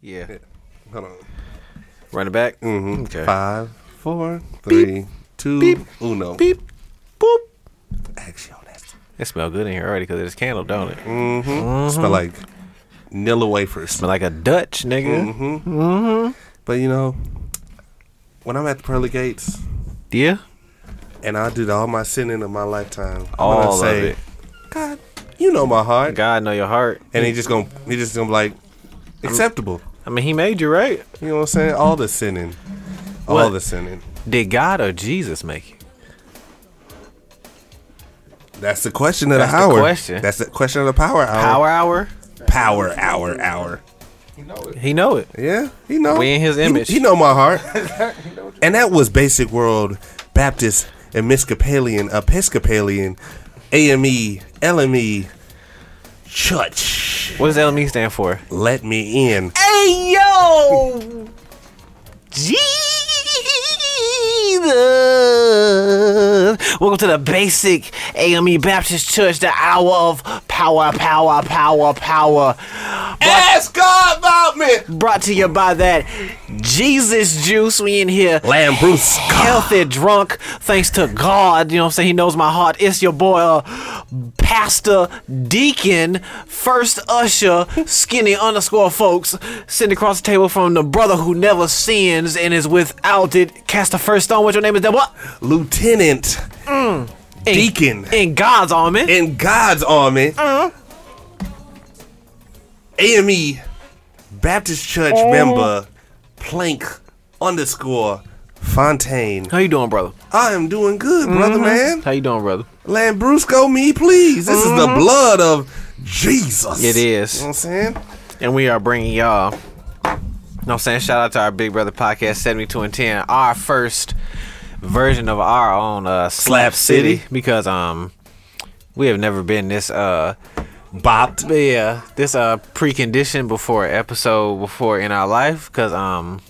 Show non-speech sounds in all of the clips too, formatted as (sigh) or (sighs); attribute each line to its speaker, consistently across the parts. Speaker 1: Yeah.
Speaker 2: Hold on.
Speaker 1: Running back.
Speaker 2: Mm-hmm.
Speaker 1: Okay.
Speaker 2: Five, four, three, two,
Speaker 1: Beep.
Speaker 2: uno.
Speaker 1: Beep. Boop.
Speaker 2: Action. That's- Mm-hmm.
Speaker 1: It smell good in here already because of this candle, don't it?
Speaker 2: Smell like Nilla wafers.
Speaker 1: Mm-hmm. Smell like Mm-hmm. a Dutch nigga.
Speaker 2: Mm-hmm. But you know, when I'm at the pearly gates
Speaker 1: Yeah.
Speaker 2: and I did all my sinning of my lifetime, I'm
Speaker 1: All
Speaker 2: gonna
Speaker 1: of
Speaker 2: say,
Speaker 1: it.
Speaker 2: God, you know my heart,
Speaker 1: God know your heart.
Speaker 2: and he just gonna he just gonna be like acceptable.
Speaker 1: I mean, he made you right.
Speaker 2: You know what I'm saying? All the sinning, all
Speaker 1: What?
Speaker 2: the sinning.
Speaker 1: Did God or Jesus make you?
Speaker 2: That's the question of
Speaker 1: That's
Speaker 2: the
Speaker 1: the
Speaker 2: hour.
Speaker 1: question.
Speaker 2: That's the question of the power hour.
Speaker 1: Power hour.
Speaker 2: Power, power hour hour.
Speaker 1: He know it.
Speaker 2: Yeah, he know.
Speaker 1: We in his
Speaker 2: He-
Speaker 1: image.
Speaker 2: He, know my heart. and that was Basic World Baptist Episcopalian Episcopalian E, AME LME Church.
Speaker 1: What does LME stand for?
Speaker 2: Let me in.
Speaker 1: Hey yo, Jesus! Welcome to the Basic AME Baptist Church, the hour of power, power, power, power.
Speaker 2: Ask God about me.
Speaker 1: Brought to you by that Jesus juice. We in here.
Speaker 2: Lamb Bruce.
Speaker 1: healthy drunk thanks to God. You know what I'm saying? He knows my heart. It's your boy, uh, Pastor Deacon, First Usher, Skinny underscore folks, sitting across the table from the brother who never sins and is without it. Cast the first stone. What's your name? Is that what?
Speaker 2: Lieutenant
Speaker 1: In-
Speaker 2: Deacon.
Speaker 1: In God's army.
Speaker 2: in God's army. AME E Baptist Church member Plank underscore Fontaine.
Speaker 1: How you doing, brother?
Speaker 2: I am doing good, brother man.
Speaker 1: How you doing, brother?
Speaker 2: Lambrusco me, please. This is the blood of Jesus.
Speaker 1: Mm-hmm. It is.
Speaker 2: You know what I'm saying?
Speaker 1: and we are bringing y'all. You know what I'm saying? Shout out to our Big Brother Podcast 72 and 10, our first version of our own uh, Slap
Speaker 2: Slap City.
Speaker 1: City because um we have never been this uh
Speaker 2: Bopped.
Speaker 1: yeah this uh preconditioned before episode before in our life because um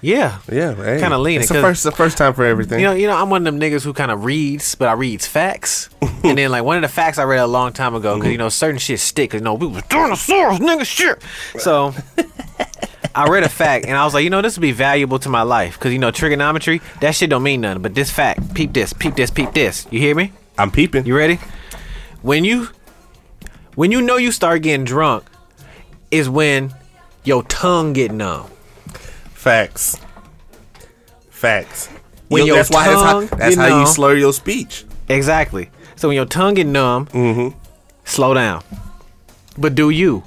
Speaker 1: yeah
Speaker 2: Yeah, hey,
Speaker 1: Kinda lean
Speaker 2: It's
Speaker 1: it,
Speaker 2: the
Speaker 1: 'cause-
Speaker 2: first, the first time for everything.
Speaker 1: you know, you know, I'm one of them niggas who kind of reads, but I reads facts. and then like one of the facts I read a long time ago, because you know certain shit stick. Cause you know we was dinosaurs, nigga, shit. So I read a fact, and I was like, you know, this would be valuable to my life, cause you know trigonometry, that shit don't mean nothing. But this fact, peep this, peep this, peep this. You hear me?
Speaker 2: I'm peeping.
Speaker 1: You ready? When you when you know you start getting drunk, is when your tongue get numb.
Speaker 2: Facts. Facts.
Speaker 1: When
Speaker 2: You
Speaker 1: your
Speaker 2: know, that's why
Speaker 1: tongue,
Speaker 2: that's how, that's
Speaker 1: you
Speaker 2: how
Speaker 1: know.
Speaker 2: you slur your speech.
Speaker 1: Exactly. So when your tongue get numb,
Speaker 2: Mm-hmm.
Speaker 1: slow down. But do you?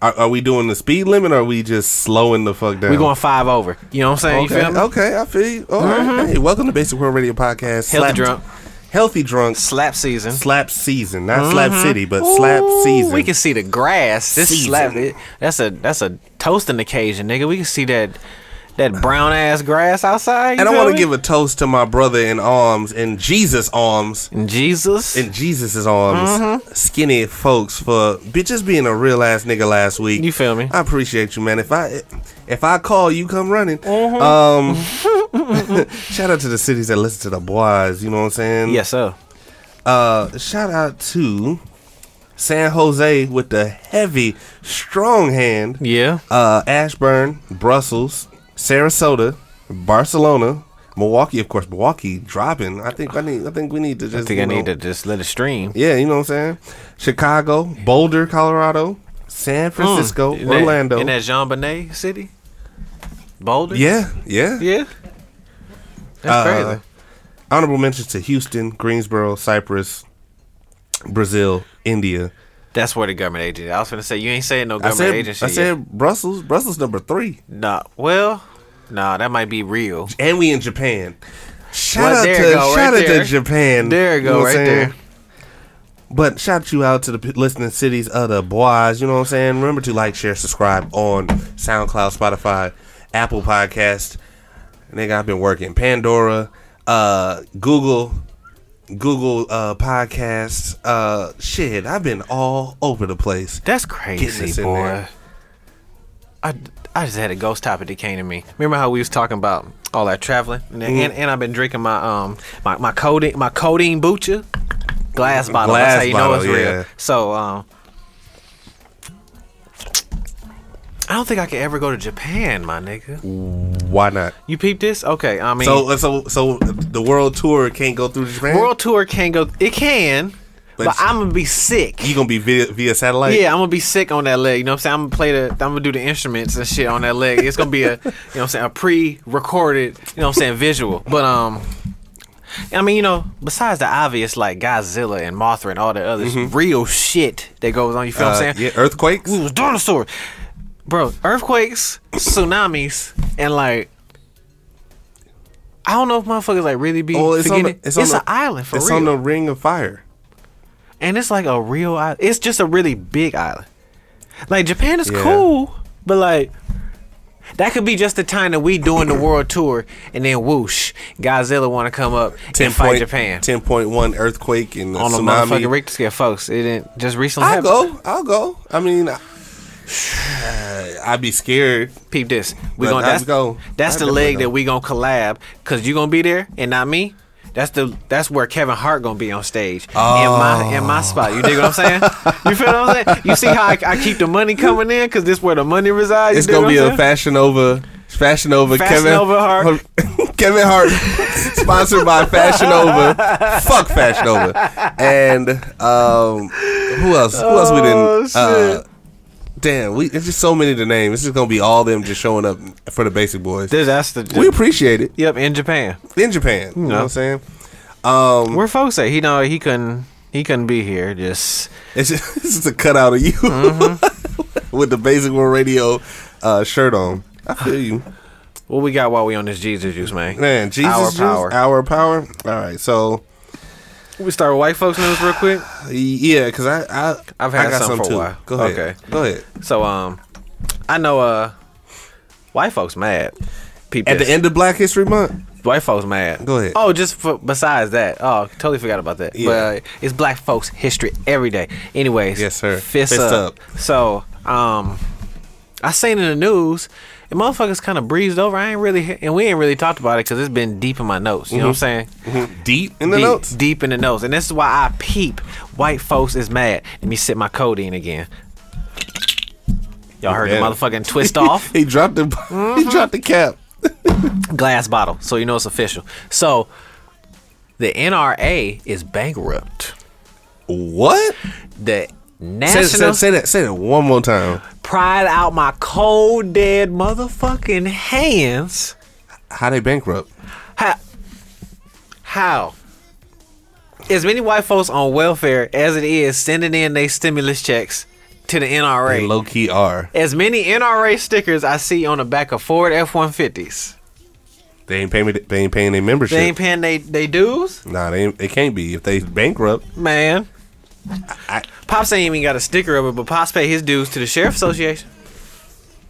Speaker 2: Are, are we doing the speed limit or are we just slowing the fuck down?
Speaker 1: We going five over. You know what I'm saying? You
Speaker 2: Okay. Oh.
Speaker 1: feel me? Mm-hmm.
Speaker 2: Okay, I feel you. All right. Hey, welcome to Basic World Radio Podcast.
Speaker 1: Healthy drunk.
Speaker 2: Healthy drunk.
Speaker 1: Slap season.
Speaker 2: Slap season, not slap city, but slap
Speaker 1: Mm-hmm. Ooh,
Speaker 2: season.
Speaker 1: We can see the grass. This
Speaker 2: Season.
Speaker 1: slap. It, that's a that's a toasting occasion, nigga. We can see that that brown ass grass outside.
Speaker 2: and I
Speaker 1: want
Speaker 2: want to give a toast to my brother in arms, in Jesus' arms,
Speaker 1: Jesus.
Speaker 2: in Jesus' arms,
Speaker 1: Mm-hmm.
Speaker 2: skinny folks for bitches being a real ass nigga last week.
Speaker 1: You feel me?
Speaker 2: I appreciate you, man. If I if I call you, come running.
Speaker 1: Mm-hmm. (laughs)
Speaker 2: Um, (laughs) shout out to the cities that listen to the boys. You know what I'm saying?
Speaker 1: yes, sir.
Speaker 2: Uh, shout out to San Jose with the heavy, strong hand.
Speaker 1: Yeah.
Speaker 2: Uh, Ashburn, Brussels, Sarasota, Barcelona, Milwaukee. Of course, Milwaukee dropping. I think I need. I think we need to just.
Speaker 1: I think I
Speaker 2: you know-
Speaker 1: need to just let it stream.
Speaker 2: Yeah, you know what I'm saying. Chicago, Boulder, Colorado, San Francisco,
Speaker 1: Hmm. Mm. In that-
Speaker 2: Orlando.
Speaker 1: in that Jean Bonnet city, Boulder.
Speaker 2: yeah, yeah,
Speaker 1: Yeah. That's
Speaker 2: Uh,
Speaker 1: crazy.
Speaker 2: Honorable mentions to Houston, Greensboro, Cyprus, Brazil, India.
Speaker 1: That's where the government agent. I was gonna say you ain't saying no
Speaker 2: I
Speaker 1: government
Speaker 2: said,
Speaker 1: agency.
Speaker 2: I
Speaker 1: yet.
Speaker 2: said Brussels. Brussels number three.
Speaker 1: Nah, well, nah, that might be real.
Speaker 2: and we in Japan. Shout
Speaker 1: Well,
Speaker 2: out
Speaker 1: there
Speaker 2: to
Speaker 1: you go,
Speaker 2: shout
Speaker 1: right
Speaker 2: out
Speaker 1: there.
Speaker 2: to Japan.
Speaker 1: There you go,
Speaker 2: what
Speaker 1: right
Speaker 2: I'm
Speaker 1: there.
Speaker 2: But shout you out to the p- listening cities of the boys. You know what I'm saying. Remember to like, share, subscribe on SoundCloud, Spotify, Apple Podcast. Nigga, I've been working Pandora, uh, Google, Google uh, Podcasts. Uh, shit, I've been all over the place.
Speaker 1: That's
Speaker 2: Getting
Speaker 1: crazy,
Speaker 2: us in
Speaker 1: boy.
Speaker 2: there.
Speaker 1: I, I just had a ghost topic that came to me. Remember how we was talking about all that traveling, and
Speaker 2: Mm-hmm.
Speaker 1: and, and I've been drinking my um my my codeine my codeine bucha glass bottle. That's
Speaker 2: Glass
Speaker 1: how you know
Speaker 2: bottle,
Speaker 1: it's
Speaker 2: yeah.
Speaker 1: real. So um. I don't think I can ever go to Japan, my nigga.
Speaker 2: Why not?
Speaker 1: You peep this? Okay, I mean,
Speaker 2: So uh, so so the world tour can't go through Japan.
Speaker 1: (laughs) world tour can go. It can, but,
Speaker 2: But-
Speaker 1: I'm gonna be sick.
Speaker 2: you gonna be via, via satellite?
Speaker 1: yeah, I'm gonna be sick on that leg. You know what I'm saying? I'm gonna play the, I'm gonna do the instruments and shit on that leg. It's gonna be a, (laughs) you know what I'm saying, a pre-recorded, you know what I'm saying, visual. But um, I mean, you know, besides the obvious like Godzilla and Mothra and all the other real shit that goes on, you feel
Speaker 2: Mm-hmm. Uh,
Speaker 1: what I'm saying?
Speaker 2: yeah, earthquakes.
Speaker 1: we was dinosaurs. Bro, earthquakes, tsunamis, and like I don't know if motherfuckers like really be
Speaker 2: Well, it's on,
Speaker 1: forgetting.
Speaker 2: the,
Speaker 1: It's, an island for
Speaker 2: it's
Speaker 1: real,
Speaker 2: on the Ring of Fire.
Speaker 1: and it's like a real island. It's just a really big island. Like Japan is
Speaker 2: Yeah.
Speaker 1: cool, but like that could be just the time that we doing the world tour, and then whoosh, Godzilla want to come up and fight Japan
Speaker 2: Ten point one earthquake and
Speaker 1: on a
Speaker 2: tsunami.
Speaker 1: motherfucking Richter scale, folks. It didn't just recently
Speaker 2: I'll
Speaker 1: happened.
Speaker 2: go. I'll go. I mean, (sighs) I, I'd be scared.
Speaker 1: peep this. We
Speaker 2: But
Speaker 1: gonna
Speaker 2: how's
Speaker 1: that's,
Speaker 2: it go?
Speaker 1: that's
Speaker 2: I
Speaker 1: the
Speaker 2: never
Speaker 1: leg
Speaker 2: know.
Speaker 1: that we gonna collab because you gonna be there and not me. That's the that's where Kevin Hart gonna be on stage in my in
Speaker 2: Oh.
Speaker 1: my spot. You dig what I'm saying? You feel what I'm saying? You see how I, I keep the money coming in because this where the money resides. You
Speaker 2: It's
Speaker 1: dig
Speaker 2: gonna
Speaker 1: what
Speaker 2: be
Speaker 1: I'm
Speaker 2: a
Speaker 1: saying?
Speaker 2: fashion over. Fashion over
Speaker 1: Fashion
Speaker 2: Kevin
Speaker 1: Over Hart.
Speaker 2: Kevin Hart (laughs) sponsored by Fashion Over. Fuck Fashion Over. And um who else? Who else we
Speaker 1: Oh,
Speaker 2: didn't
Speaker 1: shit.
Speaker 2: uh, Damn, we it's just so many to name. It's just gonna be all them just showing up for the basic boys.
Speaker 1: This- that's the
Speaker 2: we appreciate it.
Speaker 1: yep in Japan.
Speaker 2: In Japan. You know
Speaker 1: No.
Speaker 2: what I'm saying? Um
Speaker 1: Where folks at? He know he couldn't he couldn't be here. Just
Speaker 2: it's just, (laughs) it's just a cutout of you
Speaker 1: Mm-hmm.
Speaker 2: (laughs) with the basic world radio uh, shirt on. I feel you.
Speaker 1: what we got while we on this Jesus juice, man.
Speaker 2: Man, Jesus
Speaker 1: Our
Speaker 2: juice,
Speaker 1: power.
Speaker 2: Our power. All right, so
Speaker 1: We start with white folks news real quick.
Speaker 2: yeah, because I, I
Speaker 1: I've had
Speaker 2: I got
Speaker 1: some for a
Speaker 2: too.
Speaker 1: while.
Speaker 2: Go ahead.
Speaker 1: Okay.
Speaker 2: Go ahead.
Speaker 1: So um, I know uh, white folks mad. Peep
Speaker 2: At
Speaker 1: this.
Speaker 2: the end of Black History Month,
Speaker 1: White folks mad.
Speaker 2: Go ahead.
Speaker 1: Oh, just for, besides that. Oh, totally forgot about that.
Speaker 2: Yeah.
Speaker 1: But uh, it's black folks history every day. Anyways.
Speaker 2: Yes, sir.
Speaker 1: Fist,
Speaker 2: Fist
Speaker 1: up. So, um, I seen in the news, and motherfuckers kind of breezed over. I ain't really, and we ain't really talked about it because it's been deep in my notes.
Speaker 2: Mm-hmm.
Speaker 1: You know what I'm saying?
Speaker 2: deep in the
Speaker 1: deep,
Speaker 2: notes.
Speaker 1: Deep in the notes. And this is why I peep. White folks is mad. Let me sip my codeine again. Y'all heard
Speaker 2: Yeah.
Speaker 1: the motherfucking twist off?
Speaker 2: (laughs) He dropped the
Speaker 1: Mm-hmm.
Speaker 2: he dropped the cap.
Speaker 1: glass bottle, so you know it's official. So the NRA is bankrupt.
Speaker 2: What?
Speaker 1: The
Speaker 2: Say,
Speaker 1: National
Speaker 2: say, say that. Say that one more time.
Speaker 1: pried out my cold dead motherfucking hands.
Speaker 2: How they bankrupt?
Speaker 1: How? How? As many white folks on welfare as it is sending in their stimulus checks to the
Speaker 2: They
Speaker 1: NRA.
Speaker 2: low key are.
Speaker 1: as many NRA stickers I see on the back of Ford F-150s.
Speaker 2: They ain't paying. They ain't paying their membership.
Speaker 1: They ain't paying they, they dues.
Speaker 2: nah, they ain't, they can't be if they bankrupt.
Speaker 1: Man.
Speaker 2: I-
Speaker 1: Pops ain't even got a sticker of it, but Pops paid his dues to the Sheriff Association.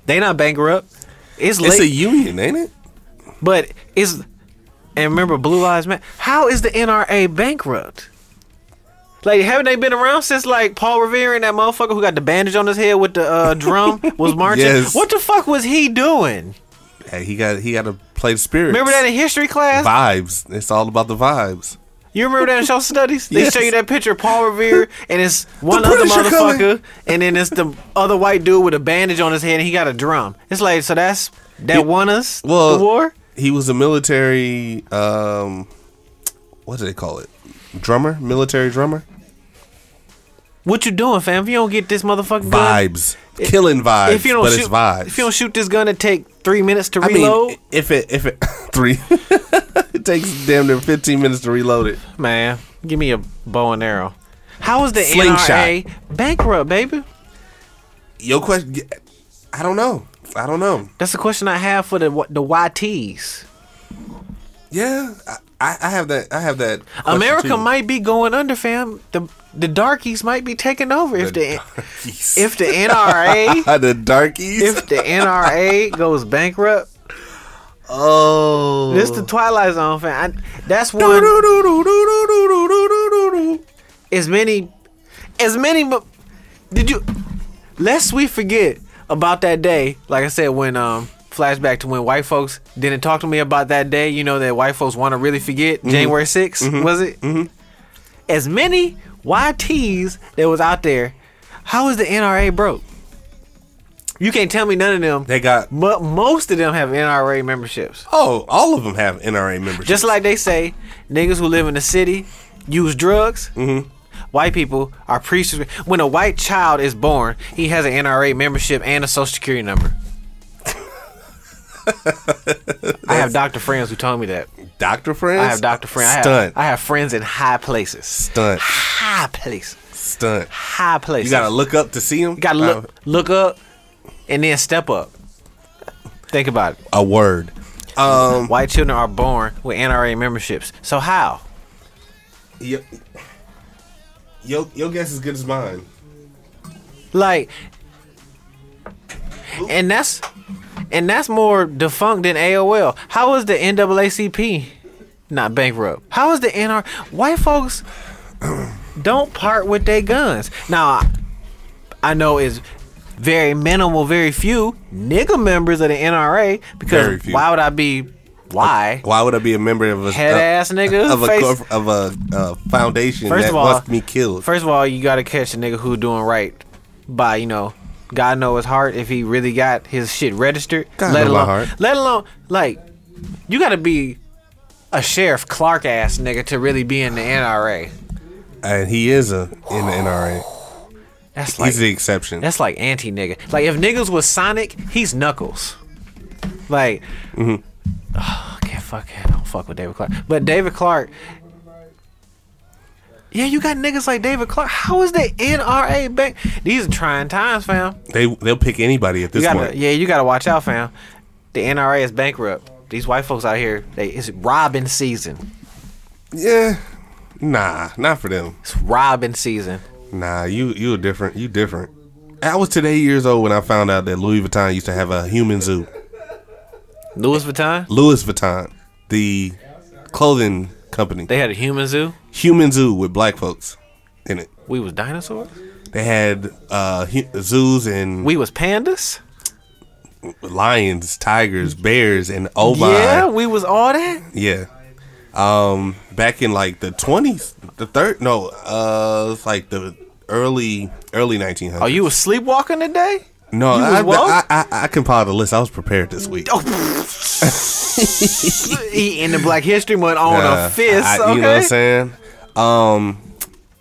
Speaker 1: They not bankrupt. It's late,
Speaker 2: It's a union, ain't it?
Speaker 1: but it's and remember Blue Lives Matter. How is the NRA bankrupt? Like, haven't they been around since like Paul Revere and that motherfucker who got the bandage on his head with the uh,
Speaker 2: (laughs)
Speaker 1: drum was marching?
Speaker 2: Yes.
Speaker 1: What the fuck was he doing?
Speaker 2: Hey, he got he got to play the spirit.
Speaker 1: Remember that in history class?
Speaker 2: vibes. It's all about the vibes.
Speaker 1: You remember that in show studies? They
Speaker 2: Yes.
Speaker 1: show you that picture of Paul Revere and it's one other
Speaker 2: Punisher
Speaker 1: motherfucker
Speaker 2: coming.
Speaker 1: and then it's the other white dude with a bandage on his head and he got a drum. It's like so that's that won us
Speaker 2: Well,
Speaker 1: the war?
Speaker 2: He was a military. Um, what do they call it? Drummer, military drummer.
Speaker 1: What you doing, fam? If you don't get this motherfucking gun
Speaker 2: Vibes, killing vibes.
Speaker 1: if you don't
Speaker 2: but
Speaker 1: shoot
Speaker 2: it's vibes.
Speaker 1: if you don't shoot this gun it take three minutes to
Speaker 2: I
Speaker 1: reload.
Speaker 2: mean, if it if it (laughs) three, it takes damn near fifteen minutes to reload it.
Speaker 1: Man, give me a bow and arrow. How is the
Speaker 2: Slingshot.
Speaker 1: NRA bankrupt, baby?
Speaker 2: Your question? I don't know. I don't know.
Speaker 1: That's the question I have for the the YTs.
Speaker 2: Yeah, I, I I have that. I have that. question
Speaker 1: America
Speaker 2: too.
Speaker 1: might be going under, fam. The the darkies might be taking over if the
Speaker 2: darkies.
Speaker 1: (laughs)
Speaker 2: Ah,
Speaker 1: if
Speaker 2: (laughs)
Speaker 1: the NRA
Speaker 2: the darkies.
Speaker 1: if the NRA goes bankrupt.
Speaker 2: oh,
Speaker 1: This the Twilight Zone, fam. I, that's
Speaker 2: Do,
Speaker 1: one
Speaker 2: do, do, do, do, do, do, do, do, do.
Speaker 1: as many as many. mo- Did you? Lest we forget about that day. Like I said, when um flashback to when white folks didn't talk to me about that day. You know that white folks want to really forget January 6th was it? As many YTs that was out there. How is the NRA broke? You can't tell me none of them.
Speaker 2: They got
Speaker 1: But most of them have NRA memberships.
Speaker 2: oh, all of them have NRA memberships.
Speaker 1: Just like they say, niggas who live in the city use drugs. Mm-hmm. White people are preachers. When a white child is born, he has an NRA membership and a social security
Speaker 2: (laughs)
Speaker 1: number. I have doctor friends who told me that.
Speaker 2: Doctor friends.
Speaker 1: I have doctor friends. I have,
Speaker 2: Stunt.
Speaker 1: I have friends in high places.
Speaker 2: Stunt.
Speaker 1: High places.
Speaker 2: Stunt.
Speaker 1: High places.
Speaker 2: You gotta look up to see them.
Speaker 1: You gotta look, look up, and then step up. Think about it.
Speaker 2: Uh, a word. Um.
Speaker 1: White children are born with NRA memberships. So how?
Speaker 2: Your, your, your guess is good as mine.
Speaker 1: Like, and that's and that's more defunct than AOL. How is the NAACP not bankrupt? How is the NR? White folks (clears throat) don't part with their guns. Now, I- I know it's very minimal, very few nigga members of the NRA.
Speaker 2: Very
Speaker 1: Because
Speaker 2: few.
Speaker 1: why would I be? Why?
Speaker 2: Why would I be a member of a
Speaker 1: Head
Speaker 2: uh,
Speaker 1: ass nigga
Speaker 2: of a
Speaker 1: face-
Speaker 2: corp- of a uh, foundation
Speaker 1: First
Speaker 2: that
Speaker 1: of all,
Speaker 2: wants me killed?
Speaker 1: First of all, you gotta catch a nigga who doing right by you know, God know his heart if he really got his shit registered.
Speaker 2: God
Speaker 1: let
Speaker 2: know my
Speaker 1: alone,
Speaker 2: heart.
Speaker 1: let alone like, you gotta be a sheriff Clark ass nigga to really be in the NRA.
Speaker 2: and he is a in the NRA.
Speaker 1: That's like
Speaker 2: He's the exception.
Speaker 1: that's like anti nigga. Like if niggas was Sonic, he's Knuckles. Like,
Speaker 2: Mm-hmm.
Speaker 1: oh, (sighs) I can't fuck. I don't fuck with David Clark. But David Clark. Yeah, you got niggas like David Clark. How is the NRA back? These are trying times, fam.
Speaker 2: They they'll pick anybody at
Speaker 1: You
Speaker 2: this
Speaker 1: gotta,
Speaker 2: point.
Speaker 1: yeah, you gotta watch out, fam. The NRA is bankrupt. These white folks out here, they it's robbing season.
Speaker 2: Yeah. Nah, not for them.
Speaker 1: It's robbing season.
Speaker 2: Nah, you you a different. You different. I was today years old when I found out that Louis Vuitton used to have a human zoo.
Speaker 1: Louis Vuitton,
Speaker 2: Louis Vuitton, the clothing company,
Speaker 1: they had a human zoo.
Speaker 2: human zoo with black folks in it.
Speaker 1: We was dinosaurs.
Speaker 2: They had uh, hu- zoos and
Speaker 1: We was pandas.
Speaker 2: lions, tigers, bears, and ovine.
Speaker 1: Yeah, we was all that.
Speaker 2: Yeah. Um, back in like the twenties, the third, no, uh, it's like the early early 1900s.
Speaker 1: Oh, you was sleepwalking today?
Speaker 2: no,
Speaker 1: Oh, you
Speaker 2: I,
Speaker 1: was
Speaker 2: I,
Speaker 1: woke?
Speaker 2: I, I, I compiled a list. I was prepared this week.
Speaker 1: Eating the Black History Month on
Speaker 2: Uh,
Speaker 1: a fist.
Speaker 2: I-
Speaker 1: okay.
Speaker 2: You know what I'm saying? Um,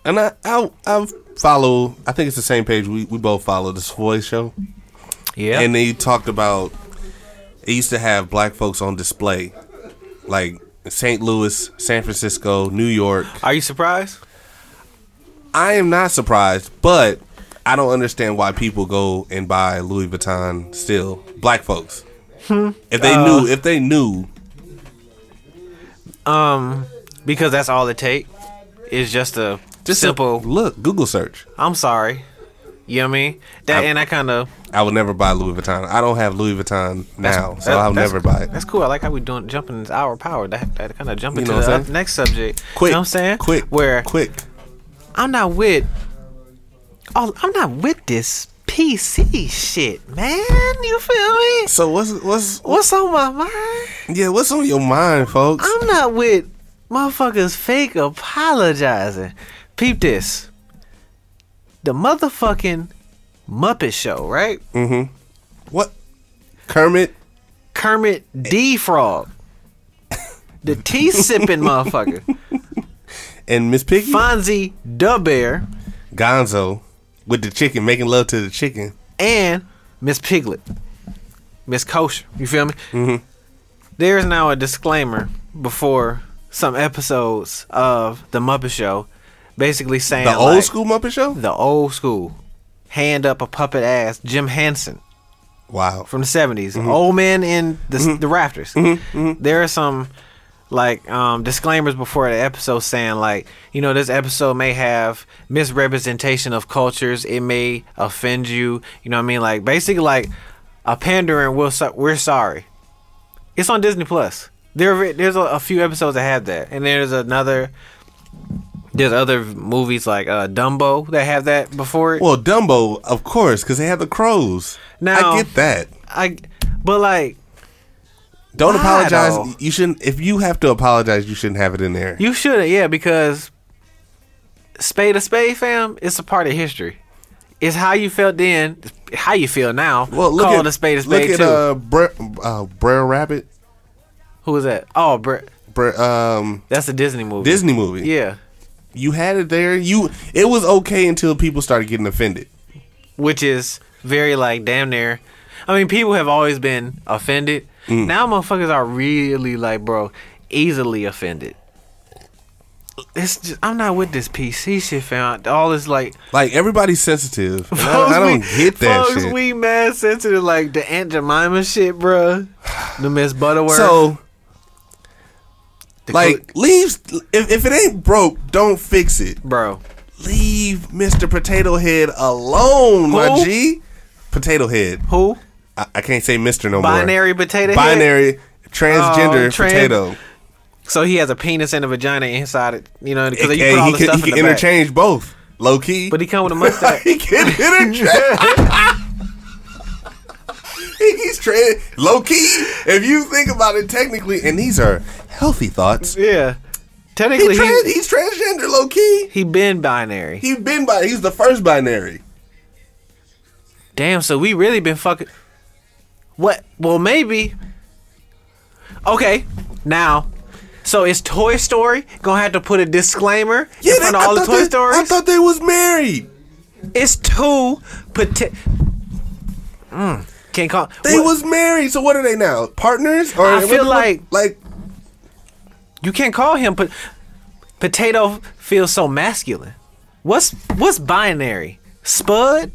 Speaker 2: and I, I, I follow. I think it's the same page. We we both follow the Savoy Show.
Speaker 1: Yeah.
Speaker 2: and they talked about it used to have black folks on display like st louis san francisco new york
Speaker 1: Are you surprised?
Speaker 2: i am not surprised but i don't understand why people go and buy louis vuitton still black folks
Speaker 1: Hmm.
Speaker 2: if they
Speaker 1: Uh,
Speaker 2: knew if they knew
Speaker 1: Um, because that's all it take is just a
Speaker 2: just a-
Speaker 1: simple.
Speaker 2: look google search
Speaker 1: I'm sorry. You know what I mean? That
Speaker 2: I-
Speaker 1: and I kind of
Speaker 2: i would never buy louis vuitton i don't have louis vuitton now so i'll never buy it
Speaker 1: That's cool. I like how we doing jumping this hour power. That, that kind of jumping to
Speaker 2: You know what
Speaker 1: the
Speaker 2: I'm saying?
Speaker 1: next subject.
Speaker 2: quick
Speaker 1: you know what I'm saying
Speaker 2: quick
Speaker 1: Where
Speaker 2: quick
Speaker 1: I'm not with. Oh, I'm not with this PC shit, man. You feel me?
Speaker 2: so what's what's
Speaker 1: What's on my mind?
Speaker 2: yeah what's on your mind folks
Speaker 1: I'm not with motherfuckers fake apologizing. Peep this. The motherfucking Muppet Show, right?
Speaker 2: what kermit
Speaker 1: Kermit D Frog. The tea sipping motherfucker.
Speaker 2: (laughs) and miss piggy
Speaker 1: Fonzie Da Bear
Speaker 2: Gonzo with the chicken, making love to the chicken.
Speaker 1: and Miss Piglet. Miss Kosher. You feel me? Mm-hmm. There's now a disclaimer before some episodes of The Muppet Show basically saying
Speaker 2: The old
Speaker 1: like-
Speaker 2: school Muppet Show?
Speaker 1: the old school, hand up a puppet ass Jim Henson
Speaker 2: Wow.
Speaker 1: from the 70s, old man in the, the rafters. There are some like um, disclaimers before the episode saying like, you know, this episode may have misrepresentation of cultures. It may offend you. You know what I mean? Like basically like a pandering. We'll so- we're sorry. It's on Disney Plus. There, there's a, a few episodes that have that, and there's another. There's other movies like uh, Dumbo that have that before it.
Speaker 2: Well, Dumbo, of course, because they have the crows.
Speaker 1: Now-
Speaker 2: I get that.
Speaker 1: I, but like
Speaker 2: Don't
Speaker 1: Why,
Speaker 2: apologize.
Speaker 1: though?
Speaker 2: You shouldn't. If you have to apologize, you shouldn't have it in there.
Speaker 1: You should, yeah, because spade a spade, fam. It's a part of history. It's how you felt then, it's how you feel now.
Speaker 2: Well, look
Speaker 1: Calling
Speaker 2: at
Speaker 1: a spade a
Speaker 2: look
Speaker 1: spade
Speaker 2: at
Speaker 1: too.
Speaker 2: uh, Brer, uh, Brer Rabbit,
Speaker 1: Who was that? Oh, Br-
Speaker 2: Brer, um,
Speaker 1: that's a Disney movie.
Speaker 2: Disney movie.
Speaker 1: Yeah,
Speaker 2: you had it there. You it was okay until people started getting offended.
Speaker 1: which is very like damn near. I mean, people have always been offended.
Speaker 2: Mm.
Speaker 1: Now motherfuckers are really like, bro, easily offended. It's just, I'm not with this PC shit, fam. All this like
Speaker 2: Like everybody's sensitive.
Speaker 1: (laughs)
Speaker 2: And I,
Speaker 1: Folks,
Speaker 2: I don't
Speaker 1: we-
Speaker 2: get that
Speaker 1: folks,
Speaker 2: shit.
Speaker 1: we mad sensitive like the Aunt Jemima shit, bro. The Miss Butterworth.
Speaker 2: so
Speaker 1: the
Speaker 2: like
Speaker 1: Clu-
Speaker 2: leaves if, if it ain't broke, don't fix it.
Speaker 1: bro,
Speaker 2: Leave Mr. Potato Head alone, my
Speaker 1: Who?
Speaker 2: G. Potato Head.
Speaker 1: who
Speaker 2: I, I can't say Mr. no more.
Speaker 1: binary potato? head?
Speaker 2: Binary transgender
Speaker 1: Oh, trans-
Speaker 2: potato.
Speaker 1: So he has a penis and a vagina inside it, you know, because
Speaker 2: And
Speaker 1: you put all
Speaker 2: he
Speaker 1: the
Speaker 2: can,
Speaker 1: stuff
Speaker 2: he
Speaker 1: in
Speaker 2: can
Speaker 1: the back.
Speaker 2: interchange both. Low key.
Speaker 1: But he come with a mustache.
Speaker 2: (laughs) he can interchange. (laughs) He's trans low key. If you think about it technically, and these are healthy thoughts.
Speaker 1: yeah,
Speaker 2: He
Speaker 1: technically
Speaker 2: trans,
Speaker 1: he,
Speaker 2: he's transgender low key.
Speaker 1: he been binary.
Speaker 2: He's been by he's the first binary.
Speaker 1: Damn, so we really been fucking. What? Well, maybe. Okay, now. So it's Toy Story gonna have to put a disclaimer in front of
Speaker 2: I
Speaker 1: all the
Speaker 2: thought
Speaker 1: Toy
Speaker 2: they-
Speaker 1: Stories?
Speaker 2: I thought they was married.
Speaker 1: It's two pota- mm, Can't call.
Speaker 2: They
Speaker 1: what-
Speaker 2: was married. So what are they now? Partners? Or
Speaker 1: I
Speaker 2: what-
Speaker 1: feel
Speaker 2: what-
Speaker 1: like-
Speaker 2: like
Speaker 1: you can't call him. But potato feels so masculine. What's what's binary? Spud?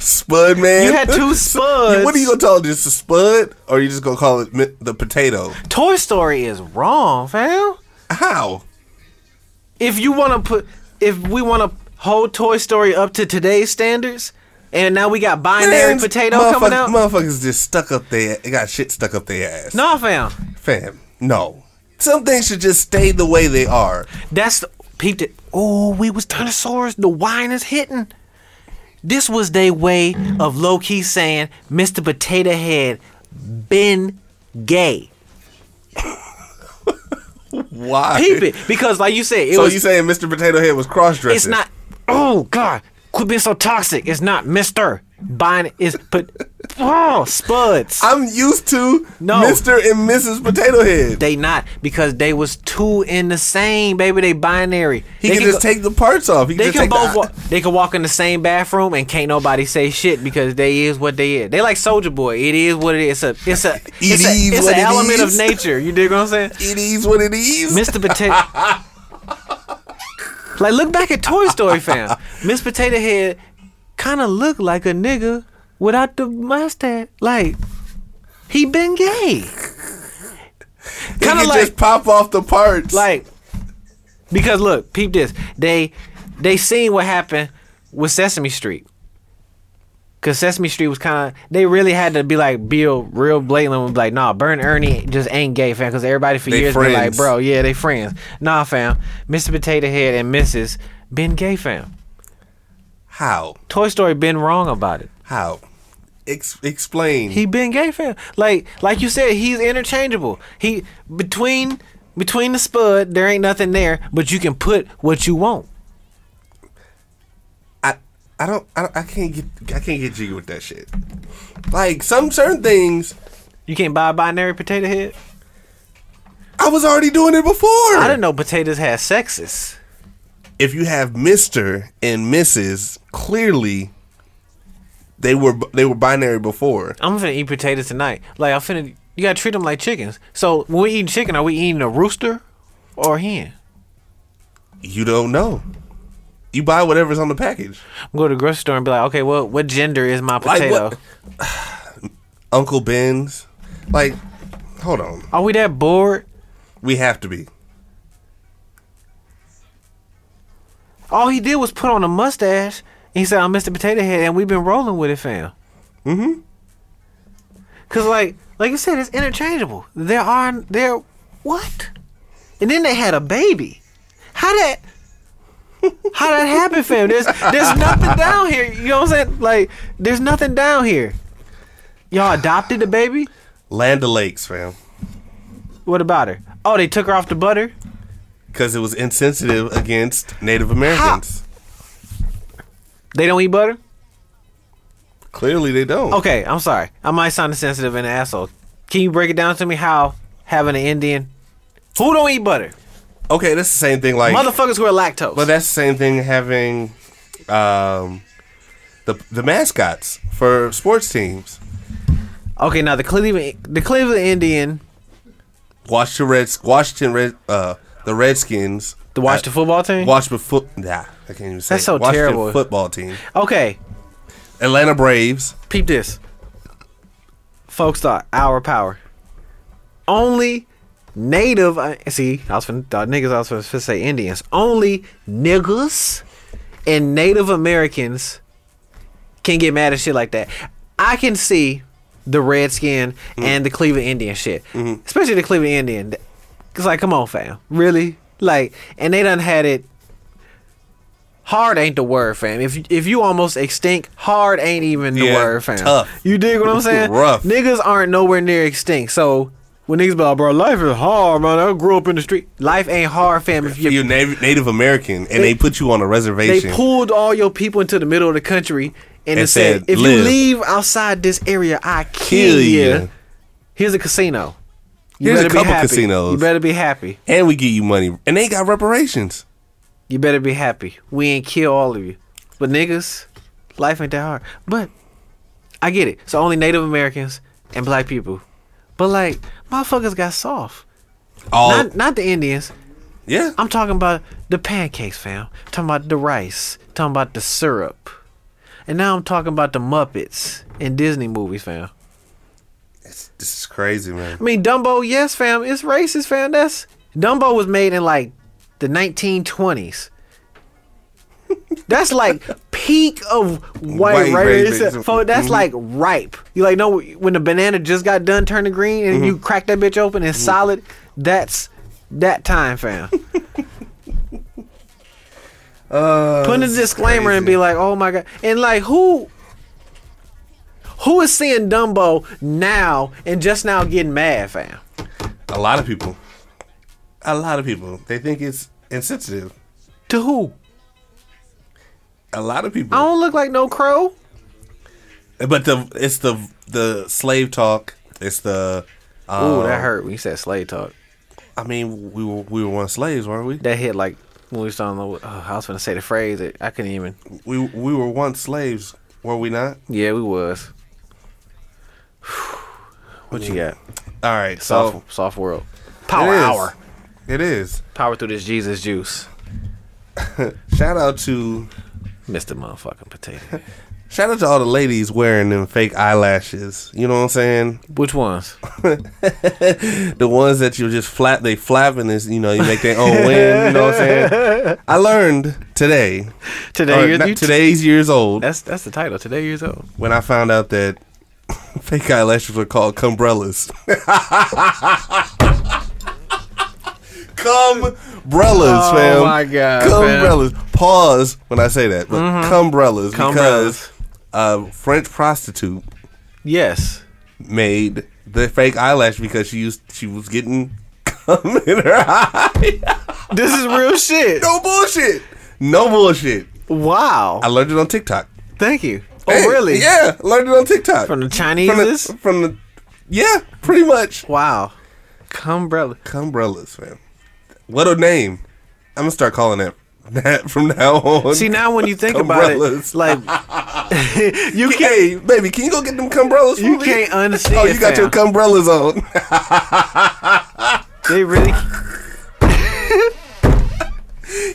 Speaker 2: Spud man.
Speaker 1: You had
Speaker 2: (laughs)
Speaker 1: two spuds.
Speaker 2: What are you gonna call it? Just a spud, or you just gonna call it mi- the potato?
Speaker 1: Toy Story is wrong, fam.
Speaker 2: How?
Speaker 1: If you want to put, if we want to hold Toy Story up to today's standards, and now we got binary
Speaker 2: Man's
Speaker 1: potato
Speaker 2: motherfuck-
Speaker 1: coming out.
Speaker 2: Motherfuckers just stuck up their. They got shit stuck up their ass.
Speaker 1: no, fam.
Speaker 2: fam. No. Some things should just stay the way they are.
Speaker 1: That's peeped it. Oh, we was dinosaurs. The wine is hitting. This was their way of low key saying Mr. Potato Head been gay.
Speaker 2: Why?
Speaker 1: Peep it because, like you said, it
Speaker 2: So
Speaker 1: was.
Speaker 2: you saying Mr. Potato Head was cross dressing?
Speaker 1: it's not. Oh God, quit being so toxic. It's not Mister. Buying is put. Oh, spuds.
Speaker 2: I'm used to
Speaker 1: No.
Speaker 2: Mr. and Mrs. Potato Head.
Speaker 1: they not because they was two in the same baby. They binary.
Speaker 2: he
Speaker 1: They
Speaker 2: can, just
Speaker 1: go-
Speaker 2: take the parts off. He
Speaker 1: They
Speaker 2: just
Speaker 1: can
Speaker 2: take
Speaker 1: both.
Speaker 2: the,
Speaker 1: Walk, they can walk in the same bathroom and can't nobody say shit because they is what they is. They like Soldier Boy. It is what it is. It's a. It's
Speaker 2: (laughs)
Speaker 1: a. It's,
Speaker 2: is
Speaker 1: a, it's
Speaker 2: what
Speaker 1: an
Speaker 2: it
Speaker 1: element
Speaker 2: is.
Speaker 1: of nature. You dig what I'm saying?
Speaker 2: It is what it is.
Speaker 1: Mr. Potato.
Speaker 2: (laughs)
Speaker 1: like look back at Toy Story fam. Miss Potato Head kind of looked like a nigga without the mustache. Like he been gay.
Speaker 2: He
Speaker 1: Kind
Speaker 2: can
Speaker 1: of like
Speaker 2: just pop off the parts.
Speaker 1: like because look, peep this. They they seen what happened with Sesame Street. Cause Sesame Street was kind of they really had to be like be real blatant and be like, nah, Burn Ernie just ain't gay fam. Cause everybody for
Speaker 2: They
Speaker 1: years been like,
Speaker 2: friends.
Speaker 1: bro, yeah, they friends. Nah, fam, Mr. Potato Head and Mrs. been gay fam.
Speaker 2: how?
Speaker 1: Toy Story been wrong about it.
Speaker 2: How? Ex- explain.
Speaker 1: He been gay fam. Like like you said, he's interchangeable. He between between the spud, there ain't nothing there, but you can put what you want.
Speaker 2: I, I don't, I don't, I can't get, I can't get jiggy with that shit. Like some certain things,
Speaker 1: You can't buy a binary potato head.
Speaker 2: I was already doing it before.
Speaker 1: I didn't know potatoes had sexes.
Speaker 2: if you have Mister and Mrs., clearly they were they were binary before.
Speaker 1: I'm finna eat potatoes tonight. Like I'm finna, you gotta treat them like chickens. So when we eating chicken, are we eating a rooster or a hen?
Speaker 2: You don't know. You buy whatever's on the package.
Speaker 1: Go to the grocery store and be like, okay, well, what gender is my
Speaker 2: Like,
Speaker 1: potato?
Speaker 2: what- (sighs) Uncle Ben's, like, hold on,
Speaker 1: Are we that bored?
Speaker 2: we have to be.
Speaker 1: All he did was put on a mustache. And he said, "I'm Mr. Potato Head," and we've been rolling with it, fam. Mm-hmm. Cause like, like you said, it's interchangeable. There are there what? And then they had a baby. How that? How that happen, fam? There's there's nothing down here. You know what I'm saying? Like, there's nothing down here. Y'all adopted the baby.
Speaker 2: Land Lakes, fam.
Speaker 1: What about her? Oh, they took her off the butter.
Speaker 2: because it was insensitive against Native Americans.
Speaker 1: They don't eat butter?
Speaker 2: Clearly they don't.
Speaker 1: Okay, I'm sorry. I might sound insensitive and an asshole. Can you break it down to me how having an Indian who don't eat butter?
Speaker 2: Okay, that's the same thing. Like,
Speaker 1: Motherfuckers who are lactose.
Speaker 2: but that's the same thing having um, the the mascots for sports teams.
Speaker 1: okay, now the Cleveland the Cleveland Indian
Speaker 2: Washington Reds, Washington Red, uh, the Redskins.
Speaker 1: the Washington
Speaker 2: uh,
Speaker 1: football team?
Speaker 2: Washington foot. Nah, I can't even say.
Speaker 1: That's so
Speaker 2: it. Washington
Speaker 1: terrible.
Speaker 2: Football team.
Speaker 1: Okay,
Speaker 2: Atlanta Braves.
Speaker 1: peep this. Folks thought our power. Only native I- see, I was finna thought niggas, I was supposed to say Indians. Only niggas and Native Americans can get mad at shit like that. I can see the redskin
Speaker 2: Mm-hmm.
Speaker 1: and the Cleveland Indian shit, especially the Cleveland Indian. It's like, come on, fam, really? Like, and they done had it. Hard ain't the word, fam. If if you almost extinct, hard ain't even the
Speaker 2: Yeah,
Speaker 1: word, fam.
Speaker 2: tough.
Speaker 1: You dig what I'm saying?
Speaker 2: (laughs) Rough.
Speaker 1: Niggas aren't nowhere near extinct. So when niggas be like, bro, life is hard, man. I grew up in the street. Life ain't hard, fam. If you
Speaker 2: You're Native, Native American, and they, put you on a
Speaker 1: they
Speaker 2: reservation.
Speaker 1: pulled all your people into the middle of the country and, it said,
Speaker 2: said,
Speaker 1: if
Speaker 2: "Live."
Speaker 1: you leave outside this area, I kill,
Speaker 2: Kill
Speaker 1: you.
Speaker 2: you.
Speaker 1: Here's a casino. You
Speaker 2: Here's a
Speaker 1: better be
Speaker 2: couple
Speaker 1: happy.
Speaker 2: casinos.
Speaker 1: You better be happy.
Speaker 2: and we give you money, and they got reparations.
Speaker 1: You better be happy. We ain't kill all of you. But niggas, life ain't that hard. But I get it. So only Native Americans and black people. But like, motherfuckers got soft.
Speaker 2: All
Speaker 1: Not not the Indians.
Speaker 2: yeah,
Speaker 1: I'm talking about the pancakes, fam. talking about the rice. talking about the syrup. And now I'm talking about the Muppets in Disney movies, fam.
Speaker 2: It's- this is crazy, man.
Speaker 1: I mean, Dumbo, yes, fam. It's racist, fam. That's Dumbo was made in like the 1920s. That's like peak of white,
Speaker 2: White
Speaker 1: racism.
Speaker 2: racism.
Speaker 1: Fo- That's
Speaker 2: Mhm.
Speaker 1: like ripe. You like know when the banana just got done turning green and you crack that bitch open and solid. That's that time, fam.
Speaker 2: Uh,
Speaker 1: putting a
Speaker 2: this is
Speaker 1: disclaimer and
Speaker 2: crazy.
Speaker 1: be like, "Oh my god!" And like, who, who is seeing Dumbo now and just now getting mad, fam?
Speaker 2: a lot of people, a lot of people, they think it's insensitive.
Speaker 1: To who?
Speaker 2: A lot of people,
Speaker 1: I don't look like no crow.
Speaker 2: but the it's the the slave talk. It's the um,
Speaker 1: Ooh, that hurt when you said slave talk.
Speaker 2: I mean, we were we were once slaves, weren't we?
Speaker 1: That hit like when we was on the. Oh, I was gonna say the phrase that I couldn't even.
Speaker 2: We we were once slaves, were we not?
Speaker 1: Yeah, we was. (sighs) What you got?
Speaker 2: All right, so
Speaker 1: Soft, soft world. Power
Speaker 2: it is.
Speaker 1: hour.
Speaker 2: It is.
Speaker 1: Power through this Jesus juice,
Speaker 2: Shout out to
Speaker 1: Mister Motherfucking Potato.
Speaker 2: shout out to all the ladies wearing them fake eyelashes. You know what I'm saying?
Speaker 1: Which ones?
Speaker 2: The ones that you just flap, they flapping is you know you make their own wind. You know what
Speaker 1: (laughs)
Speaker 2: I'm saying? I learned today,
Speaker 1: Today,
Speaker 2: or
Speaker 1: you're,
Speaker 2: not-
Speaker 1: you,
Speaker 2: today's years old
Speaker 1: That's that's the title. Today, years old.
Speaker 2: when I found out that (laughs) fake eyelashes were called (laughs) cumbrellas. Cumbrellas, fam.
Speaker 1: Oh my God, Mm-hmm.
Speaker 2: Cumbrellas. Pause when I say that, but cumbrellas
Speaker 1: Cumbrellas.
Speaker 2: because a French prostitute
Speaker 1: Yes.
Speaker 2: made the fake eyelash because she used she was getting (laughs) cum in her eye.
Speaker 1: This is
Speaker 2: (laughs)
Speaker 1: real shit.
Speaker 2: no bullshit. No bullshit.
Speaker 1: Wow.
Speaker 2: I learned it on TikTok.
Speaker 1: Thank you. Oh,
Speaker 2: Hey,
Speaker 1: really?
Speaker 2: Yeah, learned it on TikTok
Speaker 1: From the
Speaker 2: from the,
Speaker 1: Chineses?
Speaker 2: from the yeah, pretty much.
Speaker 1: Wow. Cumbrella.
Speaker 2: Cumbrellas, fam. What a name! I'm gonna start calling it that (laughs) from now on.
Speaker 1: See, now when you think about it, (laughs)
Speaker 2: Cumbrellas.
Speaker 1: like, you can't.
Speaker 2: hey, baby, can you go get them cumbrellas?
Speaker 1: You
Speaker 2: for me?
Speaker 1: can't unsee
Speaker 2: (laughs) Oh,
Speaker 1: it,
Speaker 2: you got your
Speaker 1: fam.
Speaker 2: cumbrellas on. (laughs)
Speaker 1: They really.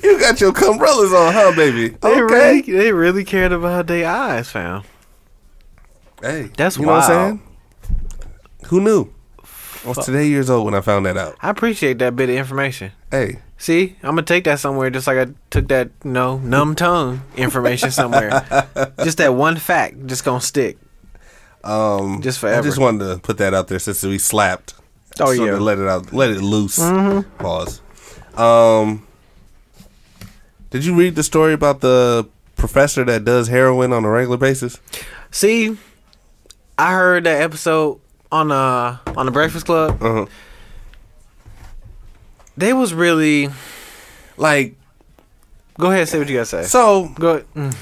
Speaker 2: you got your cumbrellas on, huh, baby?
Speaker 1: They
Speaker 2: okay.
Speaker 1: really. They really cared about their eyes, fam.
Speaker 2: Hey,
Speaker 1: That's
Speaker 2: you know what
Speaker 1: wild.
Speaker 2: I'm saying. Who knew? I was today years old when I found that out.
Speaker 1: I appreciate that bit of information.
Speaker 2: Hey,
Speaker 1: See, I'm gonna take that somewhere, just like I took that, you know, numb tongue information
Speaker 2: (laughs)
Speaker 1: somewhere. just that one fact, just gonna stick.
Speaker 2: um,
Speaker 1: Just forever.
Speaker 2: I just wanted to put that out there since we slapped.
Speaker 1: Oh,
Speaker 2: Just wanted
Speaker 1: yeah. Mm-hmm.
Speaker 2: to let it out, let it loose. Pause. Um, did you read the story about the professor that does heroin on a regular basis?
Speaker 1: See, I heard that episode on uh on the Breakfast Club.
Speaker 2: Uh-huh.
Speaker 1: They was really
Speaker 2: Like,
Speaker 1: go ahead say what you gotta say.
Speaker 2: so
Speaker 1: go ahead. Mm.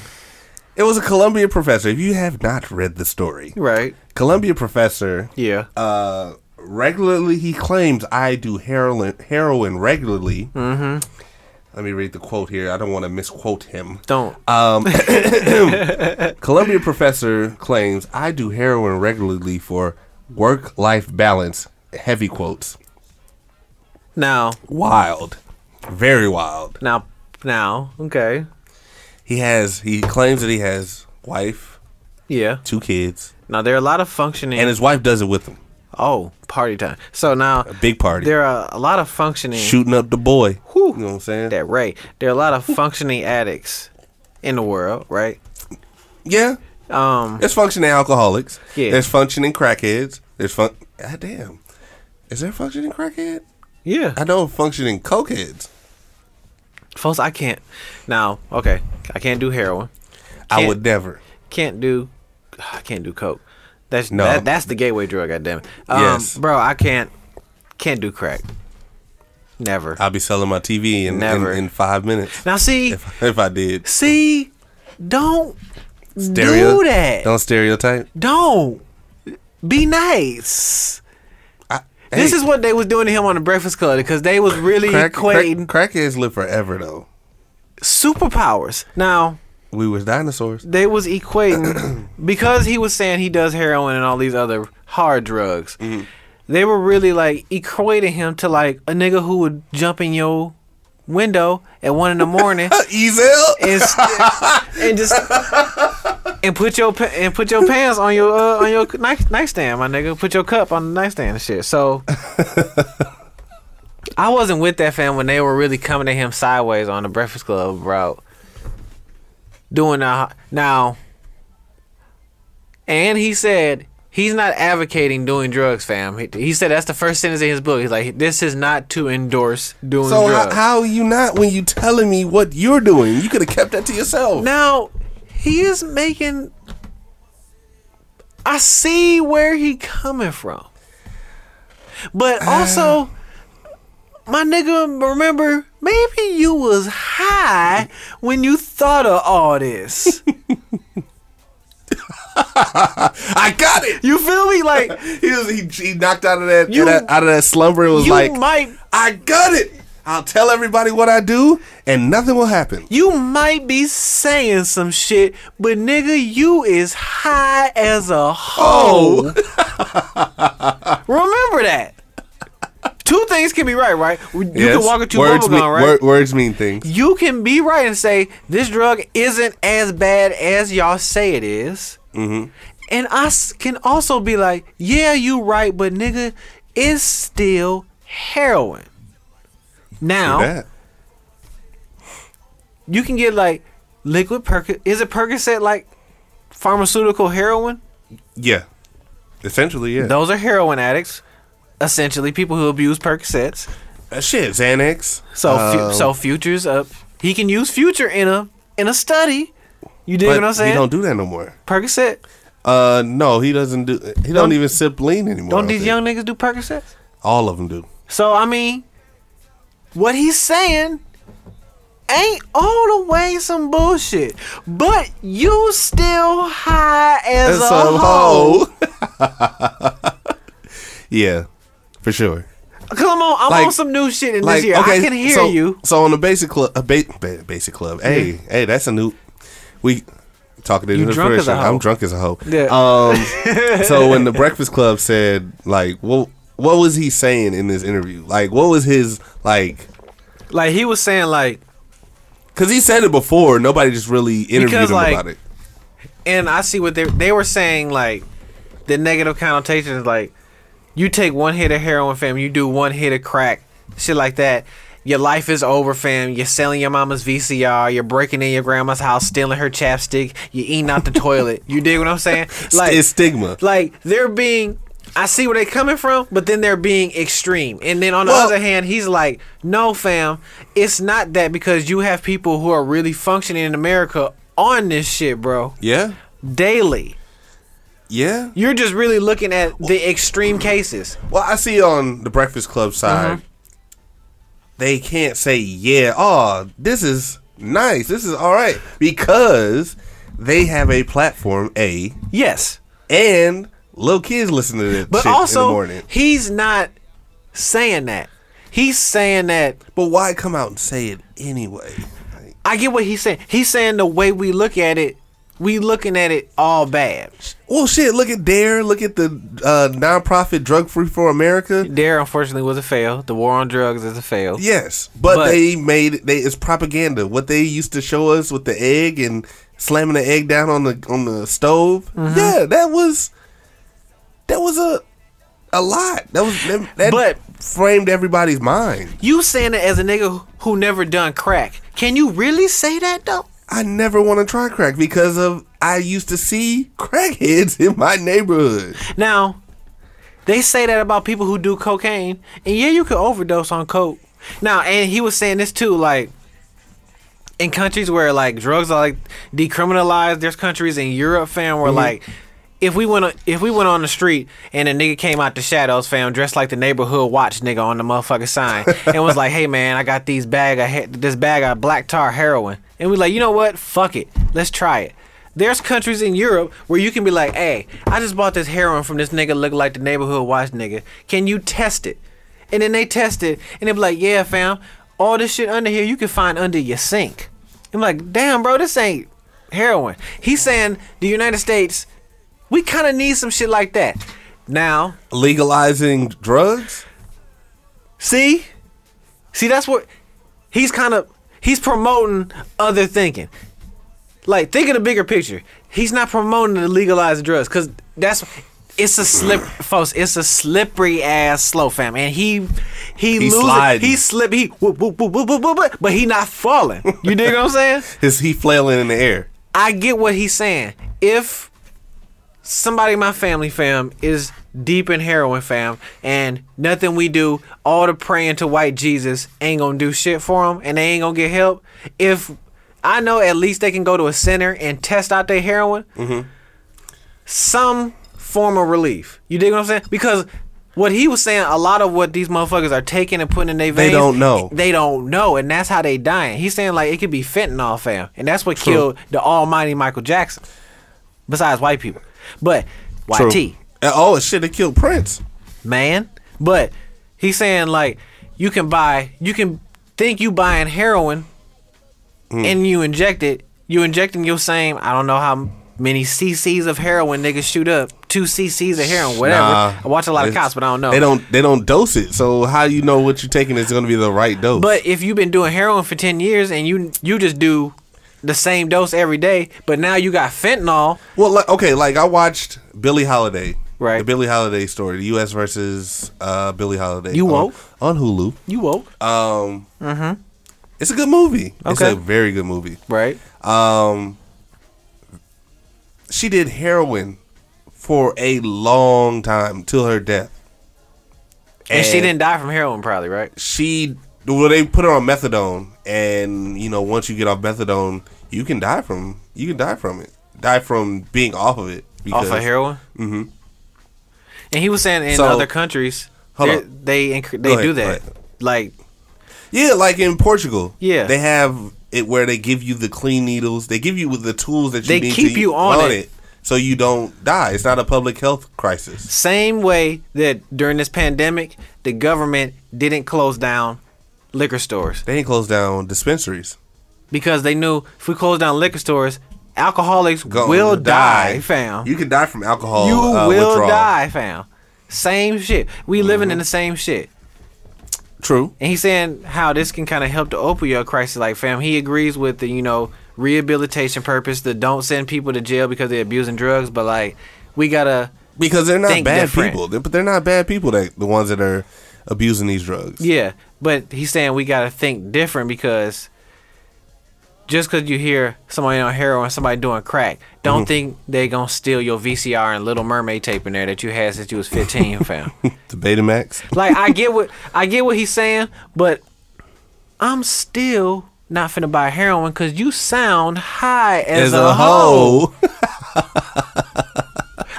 Speaker 2: It was a Columbia professor. If you have not read the story,
Speaker 1: Right.
Speaker 2: Columbia professor
Speaker 1: Yeah.
Speaker 2: uh, regularly he claims I do heroin heroin regularly. Mm-hmm. Let me read the quote here. I don't want to misquote him.
Speaker 1: Don't.
Speaker 2: Um,
Speaker 1: (coughs)
Speaker 2: (coughs) Columbia professor claims I do heroin regularly for work life balance. Heavy quotes.
Speaker 1: now.
Speaker 2: Wild. Very wild.
Speaker 1: Now. Now. Okay.
Speaker 2: He has he claims that he has wife,
Speaker 1: Yeah.
Speaker 2: two kids,
Speaker 1: Now there are a lot of functioning.
Speaker 2: and his wife does it with him.
Speaker 1: oh, party time. So now
Speaker 2: Big party.
Speaker 1: there are a lot of functioning.
Speaker 2: shooting up the boy.
Speaker 1: Whew.
Speaker 2: You know what I'm saying?
Speaker 1: That right. There are a lot of functioning addicts in the world. Right.
Speaker 2: Yeah.
Speaker 1: Um.
Speaker 2: There's functioning alcoholics.
Speaker 1: Yeah.
Speaker 2: There's functioning crackheads. There's fun. God damn. Is there functioning crackhead?
Speaker 1: Yeah.
Speaker 2: I know functioning cokeheads.
Speaker 1: Folks, I can't. Now. Okay. I can't do heroin.
Speaker 2: I
Speaker 1: Can't-
Speaker 2: would never.
Speaker 1: can't do (sighs) I can't do coke. That's
Speaker 2: No.
Speaker 1: that, that's the gateway drug, goddamn it. Um,
Speaker 2: Yes.
Speaker 1: bro, I can't can't do crack. Never.
Speaker 2: I'll be selling my TV in, in,
Speaker 1: Never.
Speaker 2: in five minutes.
Speaker 1: now see,
Speaker 2: (laughs) If, if I did.
Speaker 1: see, don't
Speaker 2: Stereo-
Speaker 1: do that. Don't.
Speaker 2: Don't stereotype.
Speaker 1: be nice.
Speaker 2: I,
Speaker 1: This
Speaker 2: hey,
Speaker 1: is what they was doing to him on the Breakfast Club because they was really
Speaker 2: crack, crack,
Speaker 1: equating
Speaker 2: crackheads live forever, though.
Speaker 1: superpowers. Now
Speaker 2: We was
Speaker 1: (laughs)
Speaker 2: dinosaurs.
Speaker 1: they was equating because he was saying he does heroin and all these other hard drugs. They were really like equating him to like a nigga who would jump in your window at one in the morning
Speaker 2: Ezel.
Speaker 1: and st- and just and put your pa- and put your pants on your uh, on your night- nightstand, my nigga. Put your cup on the nightstand and shit.
Speaker 2: (laughs)
Speaker 1: So. I wasn't with that fam when they were really coming at him sideways on the Breakfast Club route. Doing the now, and he said he's not advocating doing drugs, fam. He, he said that's the first sentence in his book. He's like, this is not to endorse doing
Speaker 2: So
Speaker 1: drugs.
Speaker 2: how, how are you not when you telling me what you're doing? You could have kept that to yourself.
Speaker 1: Now, he is making. I see where he coming from, but
Speaker 2: Uh.
Speaker 1: also, my nigga, remember maybe you was high when you thought of all this.
Speaker 2: I got (laughs) it.
Speaker 1: you feel me? Like
Speaker 2: He was he, he knocked out of that,
Speaker 1: You-
Speaker 2: that- out of that slumber and was
Speaker 1: you
Speaker 2: like,
Speaker 1: might
Speaker 2: I got it. I'll tell everybody what I do, and nothing will happen.
Speaker 1: you might be saying some shit, but nigga, you is high as a hoe.
Speaker 2: Oh.
Speaker 1: (laughs) Remember that. Two things can be right, right? You can walk into
Speaker 2: words
Speaker 1: bubblegum,
Speaker 2: mean,
Speaker 1: right?
Speaker 2: wor- words mean things.
Speaker 1: You can be right and say this drug isn't as bad as y'all say it is.
Speaker 2: Mm-hmm.
Speaker 1: and I s- can also be like, yeah, you right, but nigga, it's still heroin. Now
Speaker 2: That.
Speaker 1: you can get like liquid perc is it Percocet like pharmaceutical heroin?
Speaker 2: Yeah. Essentially, yeah.
Speaker 1: Those are heroin addicts, essentially people who abuse Percocets.
Speaker 2: Uh, shit, Xanax.
Speaker 1: So fu-
Speaker 2: Um,
Speaker 1: so futures up. He can use future in a in a study. You dig
Speaker 2: but
Speaker 1: what I'm
Speaker 2: He
Speaker 1: saying?
Speaker 2: don't do that no more.
Speaker 1: Percocet.
Speaker 2: Uh, no, he doesn't do. He don't,
Speaker 1: Don't-
Speaker 2: even sip lean anymore. I
Speaker 1: Don't these
Speaker 2: think.
Speaker 1: young niggas do Percocets?
Speaker 2: All of them do.
Speaker 1: So I mean, what he's saying ain't all the way some bullshit. But you still high as
Speaker 2: That's
Speaker 1: a,
Speaker 2: a
Speaker 1: hoe.
Speaker 2: hoe. (laughs) yeah, for sure.
Speaker 1: Come on, I'm
Speaker 2: Like-
Speaker 1: on some new shit in this year. I can hear
Speaker 2: so,
Speaker 1: you.
Speaker 2: So on the basic club, a ba- ba- basic club. Hey, hey, that's a new. We talking to
Speaker 1: You
Speaker 2: the
Speaker 1: drunk as a
Speaker 2: fruition.
Speaker 1: hoe.
Speaker 2: I'm drunk as a hoe.
Speaker 1: Yeah. (laughs)
Speaker 2: Um. so when the Breakfast Club said like, what what was he saying in this interview? Like, what was his like?
Speaker 1: Like he was saying, like,
Speaker 2: Because he said it before. Nobody just really interviewed
Speaker 1: Because,
Speaker 2: him
Speaker 1: like,
Speaker 2: about it.
Speaker 1: and I see what they they were saying, like, the negative connotation is like, you take one hit of heroin, fam, you do one hit of crack, shit like that. Your life is over, fam. You're selling your mama's VCR. You're breaking in your grandma's house, stealing her chapstick. You're eating out the (laughs) toilet. You dig what I'm saying?
Speaker 2: Like, it's stigma.
Speaker 1: like they're being I see where they're coming from, but then they're being extreme. And then on the
Speaker 2: Well-
Speaker 1: other hand, he's like, "No, fam, it's not that because you have people who are really functioning in America on this shit, bro.
Speaker 2: yeah.
Speaker 1: Daily.
Speaker 2: Yeah.
Speaker 1: You're just really looking at the extreme cases.
Speaker 2: Well, I see on the Breakfast Club side, they can't say, yeah, oh, this is nice. This is all right. Because they have a platform, A,
Speaker 1: Yes.
Speaker 2: and little kids listen to this
Speaker 1: But
Speaker 2: shit in the
Speaker 1: also,
Speaker 2: morning.
Speaker 1: he's not saying that. He's saying that
Speaker 2: But why come out and say it anyway? Like,
Speaker 1: I get what he's saying. He's saying the way we look at it, we looking at it all bad.
Speaker 2: well, shit, look at DARE, look at the uh, nonprofit Drug Free for America.
Speaker 1: Dare unfortunately was a fail. The war on drugs is a fail.
Speaker 2: Yes, but,
Speaker 1: But-
Speaker 2: they made they it's propaganda. What they used to show us with the egg and slamming the egg down on the on the stove.
Speaker 1: Mm-hmm.
Speaker 2: Yeah, that was that was a a lot. That was that, that
Speaker 1: But-
Speaker 2: framed everybody's mind.
Speaker 1: You saying it as a nigga who never done crack. Can you really say that though?
Speaker 2: I never want to try crack because of I used to see crackheads (laughs) in my neighborhood.
Speaker 1: Now, they say that about people who do cocaine, and yeah, you can overdose on coke. Now, and he was saying this too, like in countries where like drugs are like decriminalized. There's countries in Europe, fam, where like if we went if we went on the street and a nigga came out the shadows, fam, dressed like the neighborhood watch nigga on the motherfucking sign, and was like, "Hey man, I got these bag of he- this bag of black tar heroin," and we like, you know what? Fuck it, let's try it. There's countries in Europe where you can be like, "Hey, I just bought this heroin from this nigga look like the neighborhood watch nigga. Can you test it?" And then they test it, and they be like, "Yeah, fam, all this shit under here you can find under your sink." I'm like, "Damn, bro, this ain't heroin." He's saying the United States, we kind of need some shit like that. Now,
Speaker 2: Legalizing drugs?
Speaker 1: see, see, that's what he's kind of he's promoting other thinking. Like, think of the bigger picture. He's not promoting the legalized drugs because that's it's a slip, folks. It's a slippery ass slow fam, and he he, loses.
Speaker 2: sliding.
Speaker 1: He slip. He whoop, whoop, whoop, whoop, whoop, whoop, whoop, but he not falling. You dig what I'm saying?
Speaker 2: Is he flailing in the air?
Speaker 1: I get what he's saying. If somebody in my family, fam, is deep in heroin, fam, and nothing we do, all the praying to white Jesus ain't gonna do shit for them, and they ain't gonna get help. If I know at least they can go to a center and test out their heroin,
Speaker 2: Mm-hmm.
Speaker 1: some form of relief. You dig what I'm saying? Because what he was saying, a lot of what these motherfuckers are taking and putting in their veins,
Speaker 2: don't know.
Speaker 1: They don't know, and that's how they dying. He's saying like it could be fentanyl, fam, and that's what killed the almighty Michael Jackson. Besides white people, but YT
Speaker 2: Uh, Oh shit! It killed Prince.
Speaker 1: man. But he's saying like you can buy, you can think you buying heroin,
Speaker 2: Hmm.
Speaker 1: and you inject it. You injecting your same. I don't know how many cc's of heroin niggas shoot up. Two cc's of heroin, whatever.
Speaker 2: Nah.
Speaker 1: I watch a lot of
Speaker 2: It's-
Speaker 1: cops, but I don't know.
Speaker 2: They don't they don't dose it. So how you know what you're taking is going to be the right dose?
Speaker 1: But if you've been doing heroin for ten years and you you just do the same dose every day, but now you got fentanyl.
Speaker 2: well, like, okay, like I watched Billie Holiday,
Speaker 1: Right.
Speaker 2: The Billie Holiday story, the U.S. versus uh, Billie Holiday.
Speaker 1: You
Speaker 2: on-
Speaker 1: woke?
Speaker 2: on Hulu.
Speaker 1: You woke,
Speaker 2: Um, It's a good movie. It's
Speaker 1: Okay.
Speaker 2: a very good movie.
Speaker 1: right?
Speaker 2: She did heroin for a long time till her death.
Speaker 1: And, she didn't die from heroin, probably, right?
Speaker 2: she well they put her on methadone and you know once you get off methadone you can die from you can die from it die from being off of it
Speaker 1: Off of heroin. Mm-hmm. And he was saying in
Speaker 2: So-
Speaker 1: other countries,
Speaker 2: Hold
Speaker 1: they're-
Speaker 2: on.
Speaker 1: they incre-
Speaker 2: Go
Speaker 1: they
Speaker 2: ahead,
Speaker 1: do
Speaker 2: go
Speaker 1: that.
Speaker 2: ahead.
Speaker 1: Like
Speaker 2: yeah like in portugal
Speaker 1: Yeah.
Speaker 2: they have it where they give you the clean needles they give you with the tools that you
Speaker 1: They
Speaker 2: need
Speaker 1: keep
Speaker 2: to
Speaker 1: you on it.
Speaker 2: so you don't die it's not a public health crisis
Speaker 1: same way that during this pandemic, the government didn't close down liquor stores
Speaker 2: they ain't closed down dispensaries
Speaker 1: because they knew if we close down liquor stores, alcoholics
Speaker 2: Gonna
Speaker 1: will die, fam.
Speaker 2: you can die from alcohol
Speaker 1: You
Speaker 2: uh,
Speaker 1: will
Speaker 2: withdrawal.
Speaker 1: die, fam. Same shit. We living in the same shit.
Speaker 2: true
Speaker 1: And he's saying how this can kind of help the opioid crisis. Like, fam, he agrees with the, you know, rehabilitation purpose, the don't send people to jail because they're abusing drugs. But, like, we got to,
Speaker 2: because they're not
Speaker 1: Think
Speaker 2: bad
Speaker 1: different.
Speaker 2: people They- but they're not bad people that the ones that are abusing these drugs
Speaker 1: yeah. But he's saying we got to think different because just because you hear somebody on heroin, somebody doing crack, don't think they going to steal your VCR and Little Mermaid tape in there that you had since you was 15, fam.
Speaker 2: the betamax
Speaker 1: Like I get what I get what he's saying, but I'm still not finna buy heroin because you sound high as, a, hoe.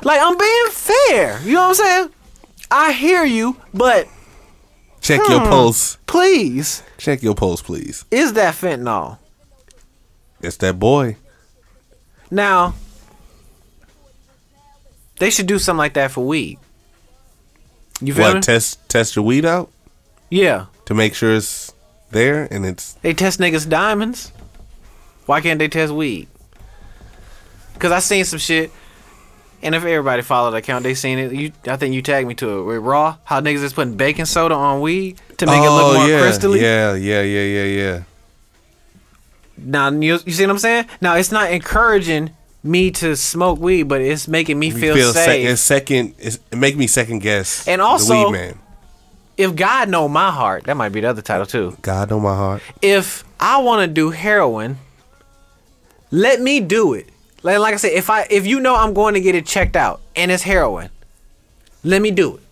Speaker 1: Like I'm being fair. You know what I'm saying? I hear you, but
Speaker 2: (laughs) Check your
Speaker 1: Hmm.
Speaker 2: pulse.
Speaker 1: please,
Speaker 2: Check your pulse, please.
Speaker 1: is that fentanyl?
Speaker 2: It's that boy.
Speaker 1: Now, they should do something like that for weed. You feel me?
Speaker 2: What test test your weed out
Speaker 1: yeah,
Speaker 2: to make sure it's there and it's
Speaker 1: they test niggas diamonds. Why can't they test weed? Cause I seen some shit, and if everybody followed the account, they seen it. You, I think you tagged me to it. With raw, how niggas is putting baking soda on weed to make it look more
Speaker 2: Oh, yeah,
Speaker 1: crystally.
Speaker 2: Yeah, yeah, yeah, yeah, yeah.
Speaker 1: Now you, you see what I'm saying? Now it's not encouraging me to smoke weed, but it's making me feel,
Speaker 2: Feel
Speaker 1: safe.
Speaker 2: sec- it's second. It's, it make me second guess.
Speaker 1: And
Speaker 2: the
Speaker 1: also-
Speaker 2: weed man.
Speaker 1: if God know my heart, that might be the other title too.
Speaker 2: God know my heart.
Speaker 1: If I want to do heroin, let me do it. Like, like I said, if I if you know I'm going to get it checked out and it's heroin, let me do it.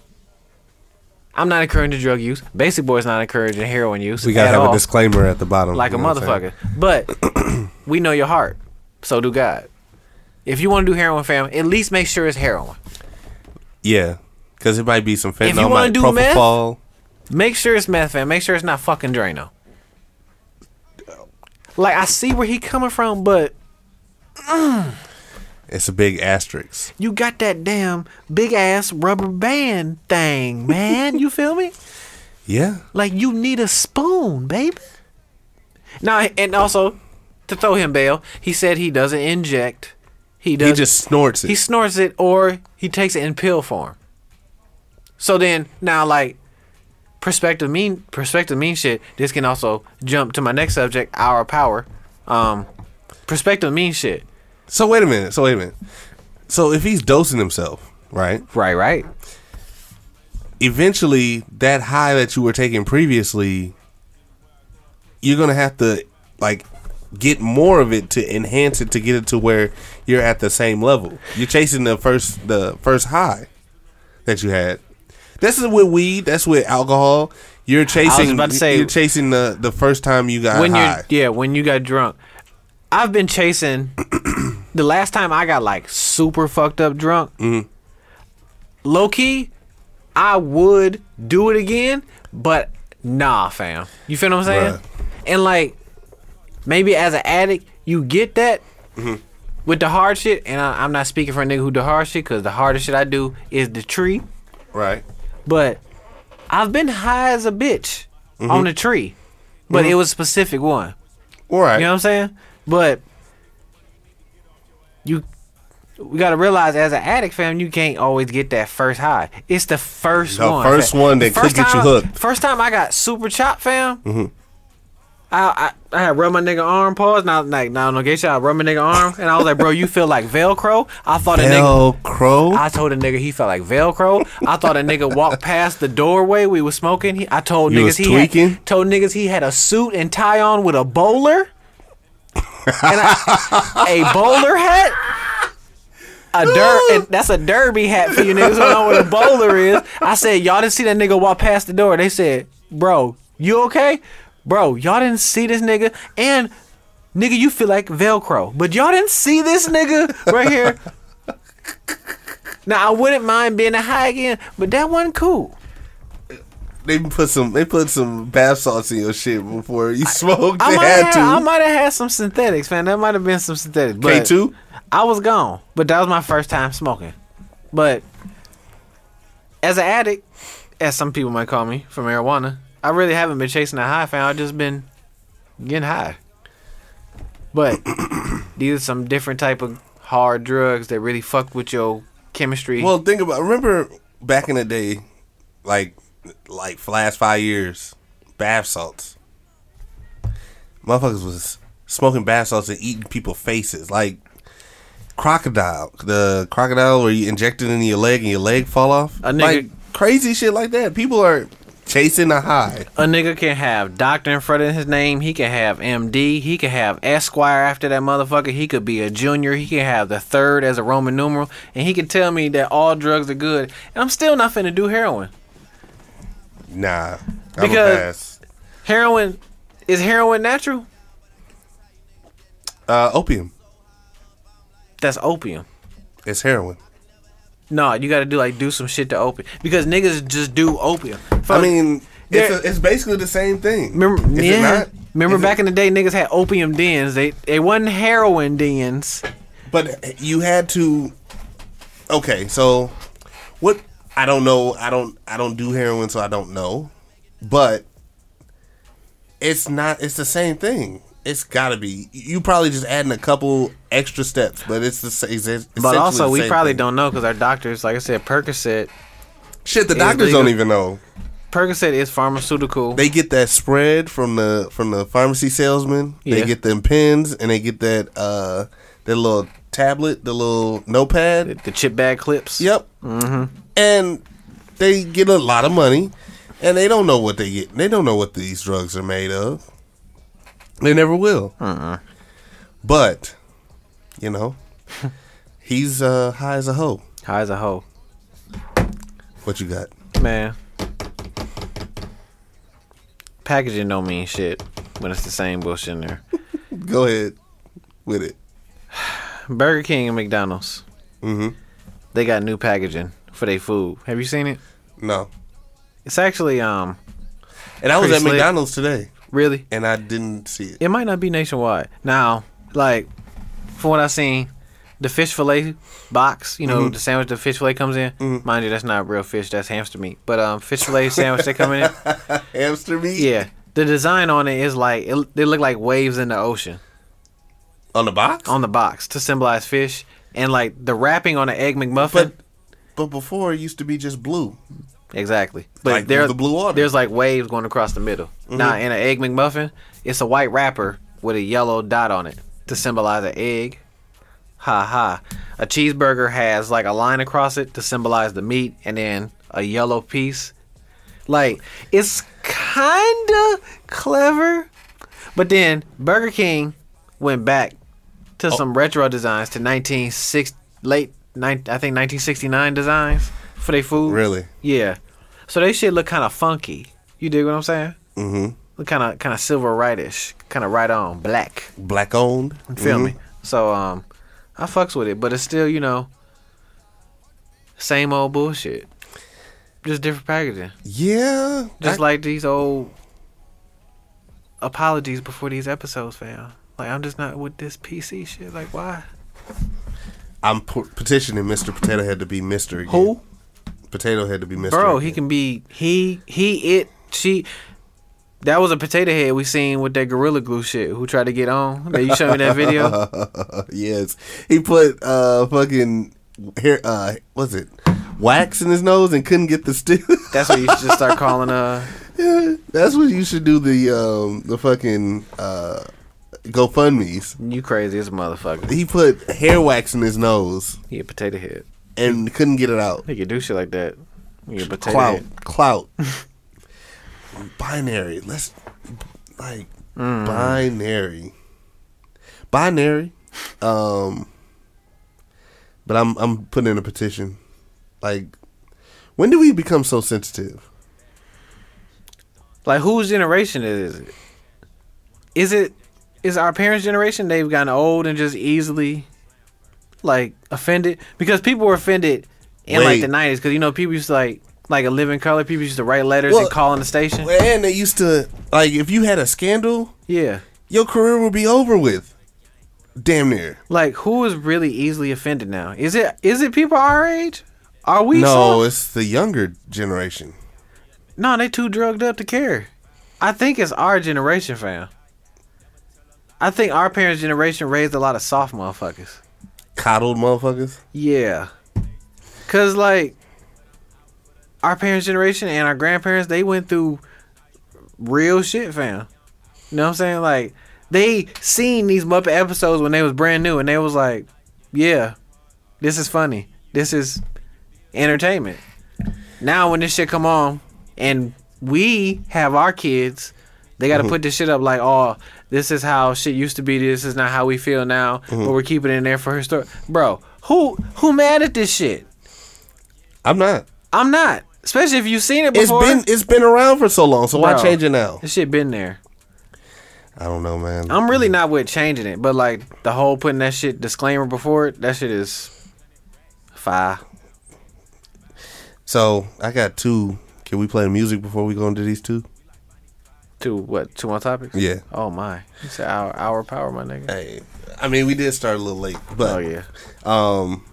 Speaker 1: I'm not encouraging drug use. Basic boy's not encouraging heroin use.
Speaker 2: We gotta
Speaker 1: at
Speaker 2: have
Speaker 1: all,
Speaker 2: a disclaimer at the bottom,
Speaker 1: like a
Speaker 2: you know what I'm saying?
Speaker 1: motherfucker. But
Speaker 2: (clears throat)
Speaker 1: we know your heart, so do God. If you want to do heroin, fam, at least make sure it's heroin.
Speaker 2: Yeah, because it might be some fentanyl.
Speaker 1: you wanna
Speaker 2: might-
Speaker 1: do meth-
Speaker 2: propofol.
Speaker 1: Make sure it's meth, fam. Make sure it's not fucking Drano. Like I see where he coming from, but
Speaker 2: It's a big asterisk.
Speaker 1: you got that damn big ass rubber band thing, man. you feel me?
Speaker 2: Yeah,
Speaker 1: Like you need a spoon, baby. Now and also to throw him bail, he said he doesn't inject. He does.
Speaker 2: he just snorts it.
Speaker 1: he snorts it or he takes it in pill form. So then now like perspective mean perspective mean shit. This can also jump to my next subject, our power. Um perspective mean shit.
Speaker 2: so wait a minute. So wait a minute. So if he's dosing himself, right?
Speaker 1: Right, right.
Speaker 2: eventually that high that you were taking previously you're gonna have to like get more of it to enhance it to get it to where you're at the same level you're chasing the first the first high that you had this is with weed that's with alcohol you're chasing
Speaker 1: about to say-
Speaker 2: you're chasing the the first time you got
Speaker 1: When
Speaker 2: high
Speaker 1: you yeah, when you got drunk. I've been chasing (clears throat) the last time I got like super fucked up drunk. Low key, I would do it again, but nah, fam. You feel what I'm saying?
Speaker 2: Right.
Speaker 1: And like, maybe as an addict, you get that with the hard shit. And I, I'm not speaking for a nigga who do hard shit, cause the hardest shit I do is the tree.
Speaker 2: right
Speaker 1: But I've been high as a bitch on the tree, but it was a specific one.
Speaker 2: all right
Speaker 1: You know what I'm saying? But you we gotta realize as an addict fam, you can't always get that first high. It's the first
Speaker 2: The
Speaker 1: one.
Speaker 2: first
Speaker 1: fam.
Speaker 2: one
Speaker 1: The
Speaker 2: that could get you
Speaker 1: time-
Speaker 2: hooked. Mm-hmm.
Speaker 1: First time I got super chop, fam. I, I I had rubbed my nigga arm pause. Now like now no get you. I rubbed my nigga arm and I was like, bro, you feel like Velcro. I thought a nigga.
Speaker 2: velcro
Speaker 1: I told a nigga he felt like Velcro. I thought a nigga walked past the doorway we was smoking. He, I told
Speaker 2: You
Speaker 1: niggas
Speaker 2: was
Speaker 1: he
Speaker 2: tweaking?
Speaker 1: Had, told niggas he had a suit and tie on with a bowler, and I-
Speaker 2: (laughs)
Speaker 1: a bowler hat. A der- and that's a derby hat for you niggas who don't know what a bowler is. I said y'all didn't see that nigga walk past the door. They said, "Bro, you okay? Bro, y'all didn't see this nigga and." Nigga, you feel like Velcro, but y'all didn't see this nigga right
Speaker 2: (laughs)
Speaker 1: here now I wouldn't mind being a high again, but that wasn't cool.
Speaker 2: they put some they put some bath salts in your shit before you smoked
Speaker 1: I
Speaker 2: they
Speaker 1: might
Speaker 2: had
Speaker 1: have,
Speaker 2: to
Speaker 1: I might have had some synthetics, man. That might have been some synthetics. But
Speaker 2: K2?
Speaker 1: I was gone, but that was my first time smoking. But as an addict, as some people might call me for marijuana, I really haven't been chasing a high. Fan, I've just been getting high.
Speaker 2: (coughs)
Speaker 1: But these are some different type of hard drugs that really fuck with your chemistry.
Speaker 2: Well, think about. Remember back in the day, like like for the last five years, bath salts. Motherfuckers was smoking bath salts and eating people's faces like crocodile. The crocodile where you inject it in your leg and your leg fall off.
Speaker 1: A nigga-
Speaker 2: Like crazy shit like that. People are chasing a high.
Speaker 1: A nigga can have doctor in front of his name. He can have MD. He can have Esquire after that motherfucker. He could be a junior. He can have the third as a Roman numeral. And he can tell me that all drugs are good. And I'm still not finna do heroin.
Speaker 2: Nah, I'm a
Speaker 1: Because-
Speaker 2: pass.
Speaker 1: Heroin, is heroin natural?
Speaker 2: Uh, opium.
Speaker 1: That's opium.
Speaker 2: It's heroin.
Speaker 1: No, you gotta do like do some shit to opium. Because niggas just do opium.
Speaker 2: I mean, it's,
Speaker 1: there-
Speaker 2: a, it's basically the same thing.
Speaker 1: Remember,
Speaker 2: Is it
Speaker 1: yeah.
Speaker 2: not?
Speaker 1: Remember
Speaker 2: Is it-
Speaker 1: back in the day, niggas had opium dens. They they wasn't heroin dens, but,
Speaker 2: But you had to. Okay, so what? I don't know. I don't. I don't do heroin, so I don't know. But it's not. It's the same thing. It's got to be. You probably just adding a couple extra steps, but it's the same.
Speaker 1: But also, we probably don't know because our doctors, like I said, Percocet.
Speaker 2: Shit, the
Speaker 1: is
Speaker 2: doctors
Speaker 1: legal.
Speaker 2: don't even know.
Speaker 1: Percocet is pharmaceutical.
Speaker 2: They get that spread from the from the pharmacy salesman.
Speaker 1: Yeah.
Speaker 2: They get them pens and they get that uh that little tablet, the little notepad.
Speaker 1: the chip bag clips.
Speaker 2: Yep. Mm-hmm. And they get a lot of money, and they don't know what they get. They don't know what these drugs are made of. They never will. But, you know, (laughs) he's uh, high as a hoe.
Speaker 1: High as a hoe,
Speaker 2: What you got?
Speaker 1: man. Packaging don't mean shit when it's the same bullshit in (laughs) there.
Speaker 2: Go ahead with it.
Speaker 1: Burger King and McDonald's.
Speaker 2: Mhm.
Speaker 1: They got new packaging for their food. Mm-hmm. Have you seen it?
Speaker 2: No.
Speaker 1: It's actually um
Speaker 2: And I was
Speaker 1: Pretty
Speaker 2: at
Speaker 1: slick.
Speaker 2: McDonald's today,
Speaker 1: really
Speaker 2: and I didn't see it.
Speaker 1: it might not be nationwide now. Like from what I seen, the fish fillet box, you know, the sandwich the fish fillet comes in. Mind you, that's not real fish. That's hamster meat. But um, fish fillet sandwich they come (laughs) in.
Speaker 2: (laughs) Hamster meat?
Speaker 1: Yeah, the design on it is like it, they look like waves in the ocean
Speaker 2: On the box?
Speaker 1: on the box to symbolize fish, and like the wrapping on the egg McMuffin.
Speaker 2: but but before it used to be just blue.
Speaker 1: Exactly. But
Speaker 2: Like
Speaker 1: there,
Speaker 2: the blue Mm-hmm. water.
Speaker 1: there's like waves going across the middle. Now, in an egg McMuffin, it's a white wrapper with a yellow dot on it to symbolize an egg. Ha ha. A cheeseburger has like a line across it to symbolize the meat and then a yellow piece. Like, it's kind of clever. But then Burger King went back
Speaker 2: Oh.
Speaker 1: to some retro designs to 1960 late nine, I think 1969 designs for their food.
Speaker 2: Really?
Speaker 1: Yeah. So they shit look kind of funky. You dig what I'm saying? Mm-hmm. Look kind of kind of silver rightish, kind of right on black.
Speaker 2: Black owned.
Speaker 1: Feel me? So um, I fucks with it, but it's still you know, same old bullshit. Just different packaging.
Speaker 2: Yeah.
Speaker 1: Just
Speaker 2: I-
Speaker 1: like these old apologies before these episodes, fam. Like I'm just not with this PC shit. Like why?
Speaker 2: I'm p- petitioning Mr. Potato Head to be Mr. again.
Speaker 1: Who?
Speaker 2: Potato Head to be Mr.
Speaker 1: Bro, he
Speaker 2: again.
Speaker 1: can be he he it she. That was a potato head we seen with that gorilla glue shit. Who tried to get on? That you showed me that
Speaker 2: (laughs)
Speaker 1: video.
Speaker 2: (laughs) yes. He put uh fucking hair uh was it wax in his nose and couldn't get the stick.
Speaker 1: That's what you should just start calling uh
Speaker 2: (laughs) That's what you should do the um the fucking uh GoFundMe's.
Speaker 1: you crazy as a motherfucker.
Speaker 2: He put hair wax in his nose
Speaker 1: He a potato head.
Speaker 2: and couldn't get it out.
Speaker 1: He could do shit like that. He a potato
Speaker 2: Clout,
Speaker 1: head.
Speaker 2: clout. (laughs) binary. Let's like binary. Binary. Um but I'm I'm putting in a petition. Like when do we become so sensitive?
Speaker 1: Like whose generation is it? Is it is our parents' generation? They've gotten old and just easily like offended because people were offended in like
Speaker 2: Wait.
Speaker 1: the nineties because you know people used to like like a living color. People used to write letters
Speaker 2: Well-
Speaker 1: and call in the station.
Speaker 2: And they used to like if you had a scandal,
Speaker 1: yeah,
Speaker 2: your career would be over with. Damn near.
Speaker 1: like who is really easily offended now? Is it is it people our age? Are we
Speaker 2: No,
Speaker 1: soft?
Speaker 2: it's the younger generation.
Speaker 1: No, they too drugged up to care. I think it's our generation, fam. I think our parents' generation raised a lot of soft motherfuckers.
Speaker 2: Coddled motherfuckers.
Speaker 1: Yeah. Cause like our parents' generation and our grandparents, they went through real shit, fam. You know what I'm saying? Like they seen these Muppet episodes when they was brand new and they was like, Yeah, this is funny. This is entertainment. Now when this shit come on and we have our kids, they
Speaker 2: Mm-hmm.
Speaker 1: gotta put this shit up like, oh, this is how shit used to be, this is not how we feel now,
Speaker 2: Mm-hmm.
Speaker 1: but we're keeping it in there for her story. Bro, who who mad at this shit?
Speaker 2: I'm not.
Speaker 1: I'm not. Especially if you've seen it
Speaker 2: It's
Speaker 1: before.
Speaker 2: been it's been around for so long, so why
Speaker 1: Bro.
Speaker 2: change it now?
Speaker 1: this shit been there.
Speaker 2: I don't know, man.
Speaker 1: I'm really not with changing it, but like the whole putting that shit disclaimer before it, that shit is fire.
Speaker 2: So I got two. Can we play the music before we go into these two?
Speaker 1: To what? Two more topics?
Speaker 2: Yeah.
Speaker 1: Oh my. It's an hour, hour power, my nigga.
Speaker 2: Hey, I mean, we did start a little late, but
Speaker 1: Oh yeah.
Speaker 2: um,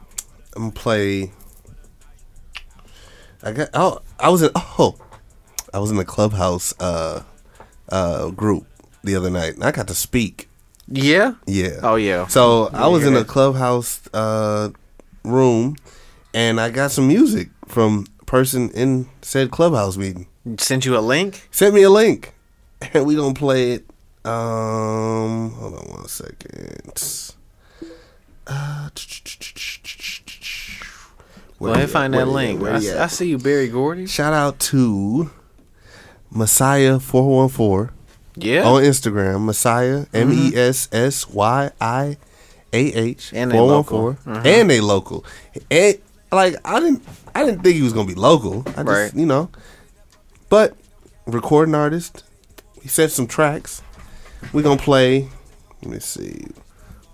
Speaker 2: I'm gonna play. I got oh I was in oh, I was in the clubhouse uh uh group the other night, and I got to speak.
Speaker 1: Yeah.
Speaker 2: Yeah.
Speaker 1: Oh yeah.
Speaker 2: So I was in
Speaker 1: Yeah.
Speaker 2: a clubhouse uh, room, and I got some music from person in said clubhouse meeting.
Speaker 1: Sent you a link.
Speaker 2: Sent me a link, and we gonna play it. Um, hold on one second. Uh,
Speaker 1: Go
Speaker 2: where
Speaker 1: ahead,
Speaker 2: he at?
Speaker 1: find
Speaker 2: Where
Speaker 1: that
Speaker 2: he at?
Speaker 1: link.
Speaker 2: Where
Speaker 1: I,
Speaker 2: he
Speaker 1: s-
Speaker 2: at?
Speaker 1: I see you, Barry Gordy.
Speaker 2: Shout out to Messiah four one four
Speaker 1: Yeah. Mm-hmm.
Speaker 2: on Instagram, Messiah M E S S Y I A H
Speaker 1: And they
Speaker 2: one one
Speaker 1: local. Mm-hmm.
Speaker 2: four, and they local. And like I didn't, I didn't think he was gonna be local. I just,
Speaker 1: Right.
Speaker 2: you know, but recording artist, he sent some tracks. We gonna play. Let me see.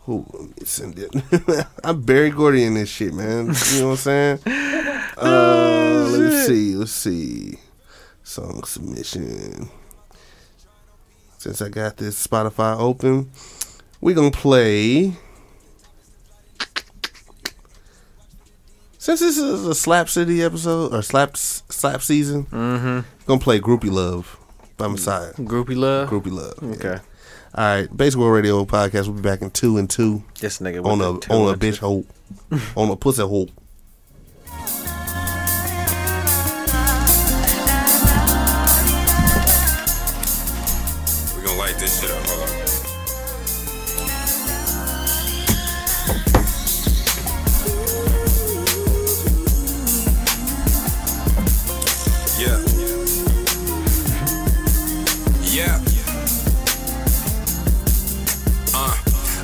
Speaker 2: Who let me send it? (laughs) I'm Barry Gordy in this shit, man. You know what I'm saying? Uh, let me see. Let's see. Song submission since I got this Spotify open, we gonna play. Since this is a Slap City episode or Slap Slap season,
Speaker 1: Mm-hmm.
Speaker 2: gonna play "Groupie Love" by Messiah.
Speaker 1: Groupie love.
Speaker 2: Groupie Love. yeah.
Speaker 1: Okay.
Speaker 2: All right, Base World Radio podcast. We'll be back in two and two
Speaker 1: This nigga
Speaker 2: on
Speaker 1: with
Speaker 2: a
Speaker 1: the two
Speaker 2: on a
Speaker 1: inches.
Speaker 2: bitch hole, (laughs) on a pussy hole.
Speaker 3: We're gonna light this shit up. Hold on. Yeah. Yeah. Uh,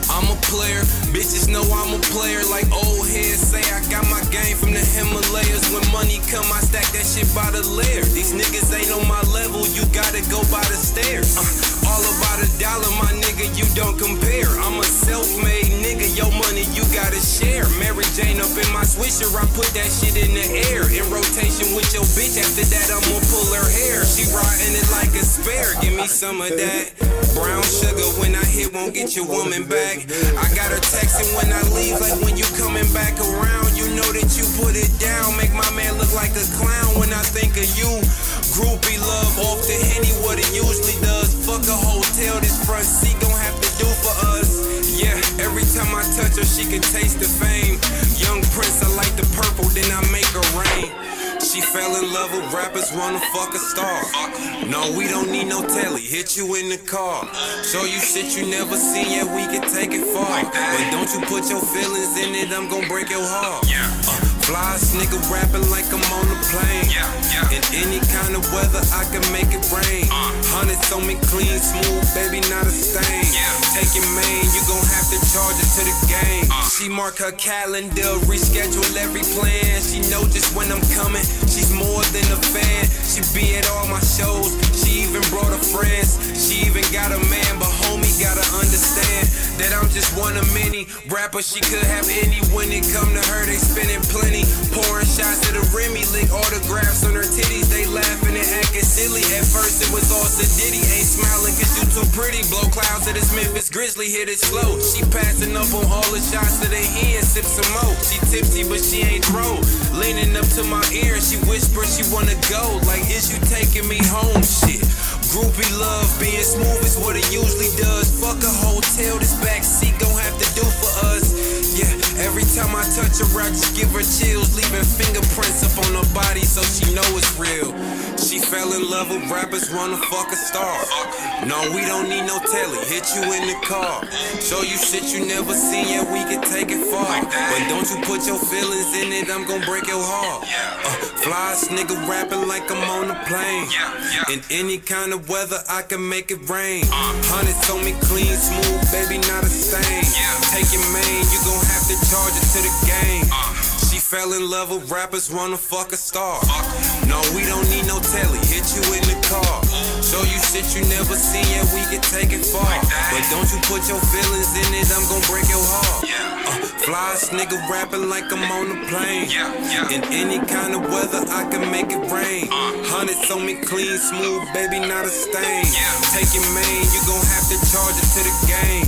Speaker 3: I'm a player. Bitches know I'm a player. Like old heads say, I got my game from the Himalayas. When money come, I stack that shit by the layer. These niggas ain't on my level. You gotta go by the stairs. Uh, all about a dollar, my nigga. You don't compare. I'm a self-made nigga. Your money, you gotta share. Mary Jane up in my swisher. I put that shit in the air. In rotation with your bitch. After that, I'ma pull her hair. She riding it like a spare. Give me some of that brown sugar. When I hit, won't get your woman back. I got her texting when I leave, like when you coming back around. You know that you put it down. Make my man look like a clown when I think of you. Groupie love off the henny, what it usually does. Fuck a hotel, this front seat gon' have to do for us. Yeah, every time I touch her, she can taste the fame. Young Prince, I like the purple, then I make her rain. She fell in love with rappers, wanna fuck a star. No, we don't need no telly. Hit you in the car. Show you shit you never seen yet, we can take it far. But don't you put your feelings in it, I'm gonna break your heart. Yeah. Flies nigga rapping like I'm on a plane. Yeah, yeah. Uh. In any kind of weather, I can make it rain. Hundreds on me clean, smooth, baby, not a stain. Take it main, you gon' have to charge it to the game. She mark her calendar, reschedule every plan. She know just when I'm coming, she's more than a fan. She be at all my shows, she even brought her friends. She even got a man, but homie gotta understand that I'm just one of many. Rapper, she could have any. When it come to her, they spending plenty. Pouring shots to the Remy, lick autographs on her titties. They laughing and acting silly. At first, it was all sedity. Ain't smiling cause you too pretty. Blow clouds at this Memphis Grizzly, hit it slow. She passing up on all the shots to the end. Sip some more. She tipsy, but she ain't throw. Leaning up to my ear, she whispers she wanna go. Like, is you taking me home? Shit. Groupie love, being smooth is what it usually does. Fuck a hotel, this backseat gon' have to do for us. Yeah, every time I touch her, I just give her chills, leaving fingerprints up on her body so she know it's real. She fell in love with rappers, wanna fuck a star. No, we don't need no telly, hit you in the car. Show you shit you never seen, yeah, we can take it far. But don't you put your feelings in it, I'm gonna break your heart. Uh, flies nigga rapping like I'm on a plane. In any kind of weather, I can make it rain. Hundreds on me clean, smooth, baby, not a stain. Take your main, you gon' have to charge it to the game. She fell in love with rappers, wanna fuck a star. No, we don't need no telly, hit you in the car. Show you shit you never seen, yeah, we can take it far. But don't you put your feelings in it, I'm gon' break your heart. Uh, flies nigga rapping like I'm on a plane. In any kind of weather, I can make it rain. Hundreds on me clean, smooth, baby, not a stain. Take your main, you gon' have to charge it to the game.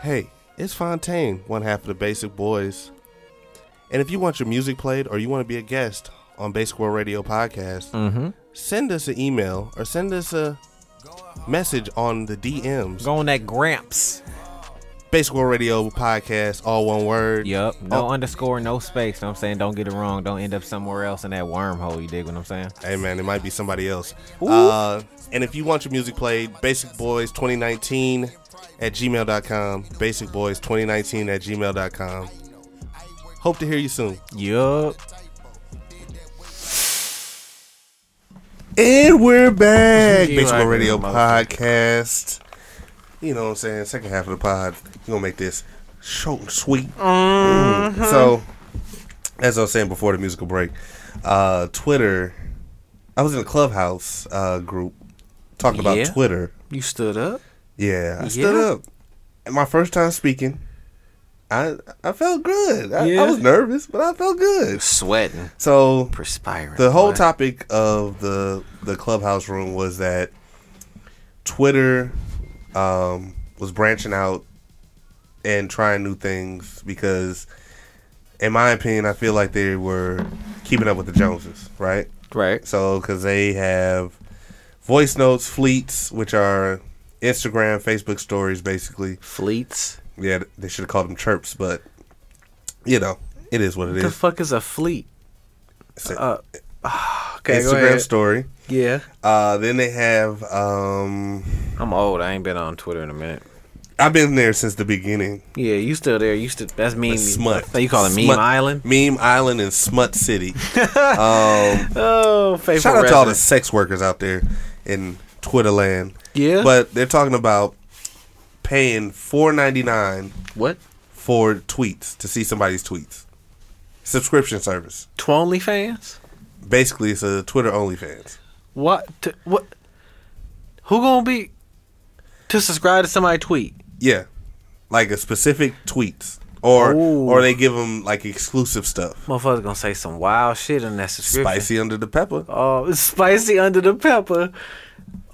Speaker 2: Hey,
Speaker 4: It's Fontaine, one half of the Basic Boys. And if you want your music played or you want to be a guest on Basic World Radio Podcast, send us an email or send us a message on the DMs.
Speaker 1: Go on that Gramps.
Speaker 4: Basic World Radio Podcast, all one word.
Speaker 1: Yup. No
Speaker 4: Oh,
Speaker 1: underscore, no space. Know what I'm saying? Don't get it wrong. Don't end up somewhere else in that wormhole. You dig what I'm saying?
Speaker 4: Hey man, it might be somebody else. Uh, and if you want your music played, Basic Boys 2019 at gmail.com. Basic Boys 2019 at gmail.com. Hope to hear you soon.
Speaker 1: Yup.
Speaker 4: And we're back.
Speaker 1: You
Speaker 4: Baseball
Speaker 1: are
Speaker 4: Radio
Speaker 1: the
Speaker 4: Podcast. You know what I'm saying? Second half of the pod. We're gonna make this short and sweet.
Speaker 1: Mm-hmm.
Speaker 4: Mm. So as I was saying before the musical break, uh Twitter I was in a clubhouse uh group talking
Speaker 1: Yeah.
Speaker 4: about Twitter.
Speaker 1: You stood up.
Speaker 4: Yeah. I stood
Speaker 1: Yeah.
Speaker 4: up. And my first time speaking, I I felt good. I,
Speaker 1: Yeah.
Speaker 4: I was nervous, but I felt good.
Speaker 1: Sweating.
Speaker 4: So
Speaker 1: Perspiring.
Speaker 4: the whole
Speaker 1: boy.
Speaker 4: topic of the the clubhouse room was that Twitter um, was branching out and trying new things because, in my opinion, I feel like they were keeping up with the Joneses, right?
Speaker 1: Right.
Speaker 4: So because they have voice notes, fleets, which are Instagram, Facebook stories, basically.
Speaker 1: Fleets.
Speaker 4: Yeah, they should have called them chirps, but you know, it is what it
Speaker 1: The
Speaker 4: is.
Speaker 1: fuck is a fleet?
Speaker 4: It's a
Speaker 1: Uh, okay, go
Speaker 4: Instagram
Speaker 1: ahead.
Speaker 4: story.
Speaker 1: Yeah.
Speaker 4: Uh, then they have. Um,
Speaker 1: I'm old. I ain't been on Twitter in a minute.
Speaker 4: I've been there since the beginning.
Speaker 1: Yeah, you still there. You still that's meme.
Speaker 4: Smut.
Speaker 1: What You call it meme
Speaker 4: Smut-
Speaker 1: island?
Speaker 4: Meme Island and
Speaker 1: (laughs)
Speaker 4: Smut City. Um,
Speaker 1: Oh, faithful
Speaker 4: Shout out to all the
Speaker 1: resident.
Speaker 4: sex workers out there in Twitterland.
Speaker 1: Yeah.
Speaker 4: But they're talking about paying four ninety nine
Speaker 1: what?
Speaker 4: for tweets to see somebody's tweets. Subscription service.
Speaker 1: Twonly fans?
Speaker 4: Basically, it's a Twitter OnlyFans.
Speaker 1: What? T- what? Who gonna be to subscribe to somebody tweet?
Speaker 4: Yeah, like a specific tweets, or
Speaker 1: Ooh.
Speaker 4: or they give them like exclusive stuff.
Speaker 1: Motherfuckers gonna say some wild shit in that subscription.
Speaker 4: Spicy under the pepper.
Speaker 1: Oh, it's spicy under the pepper.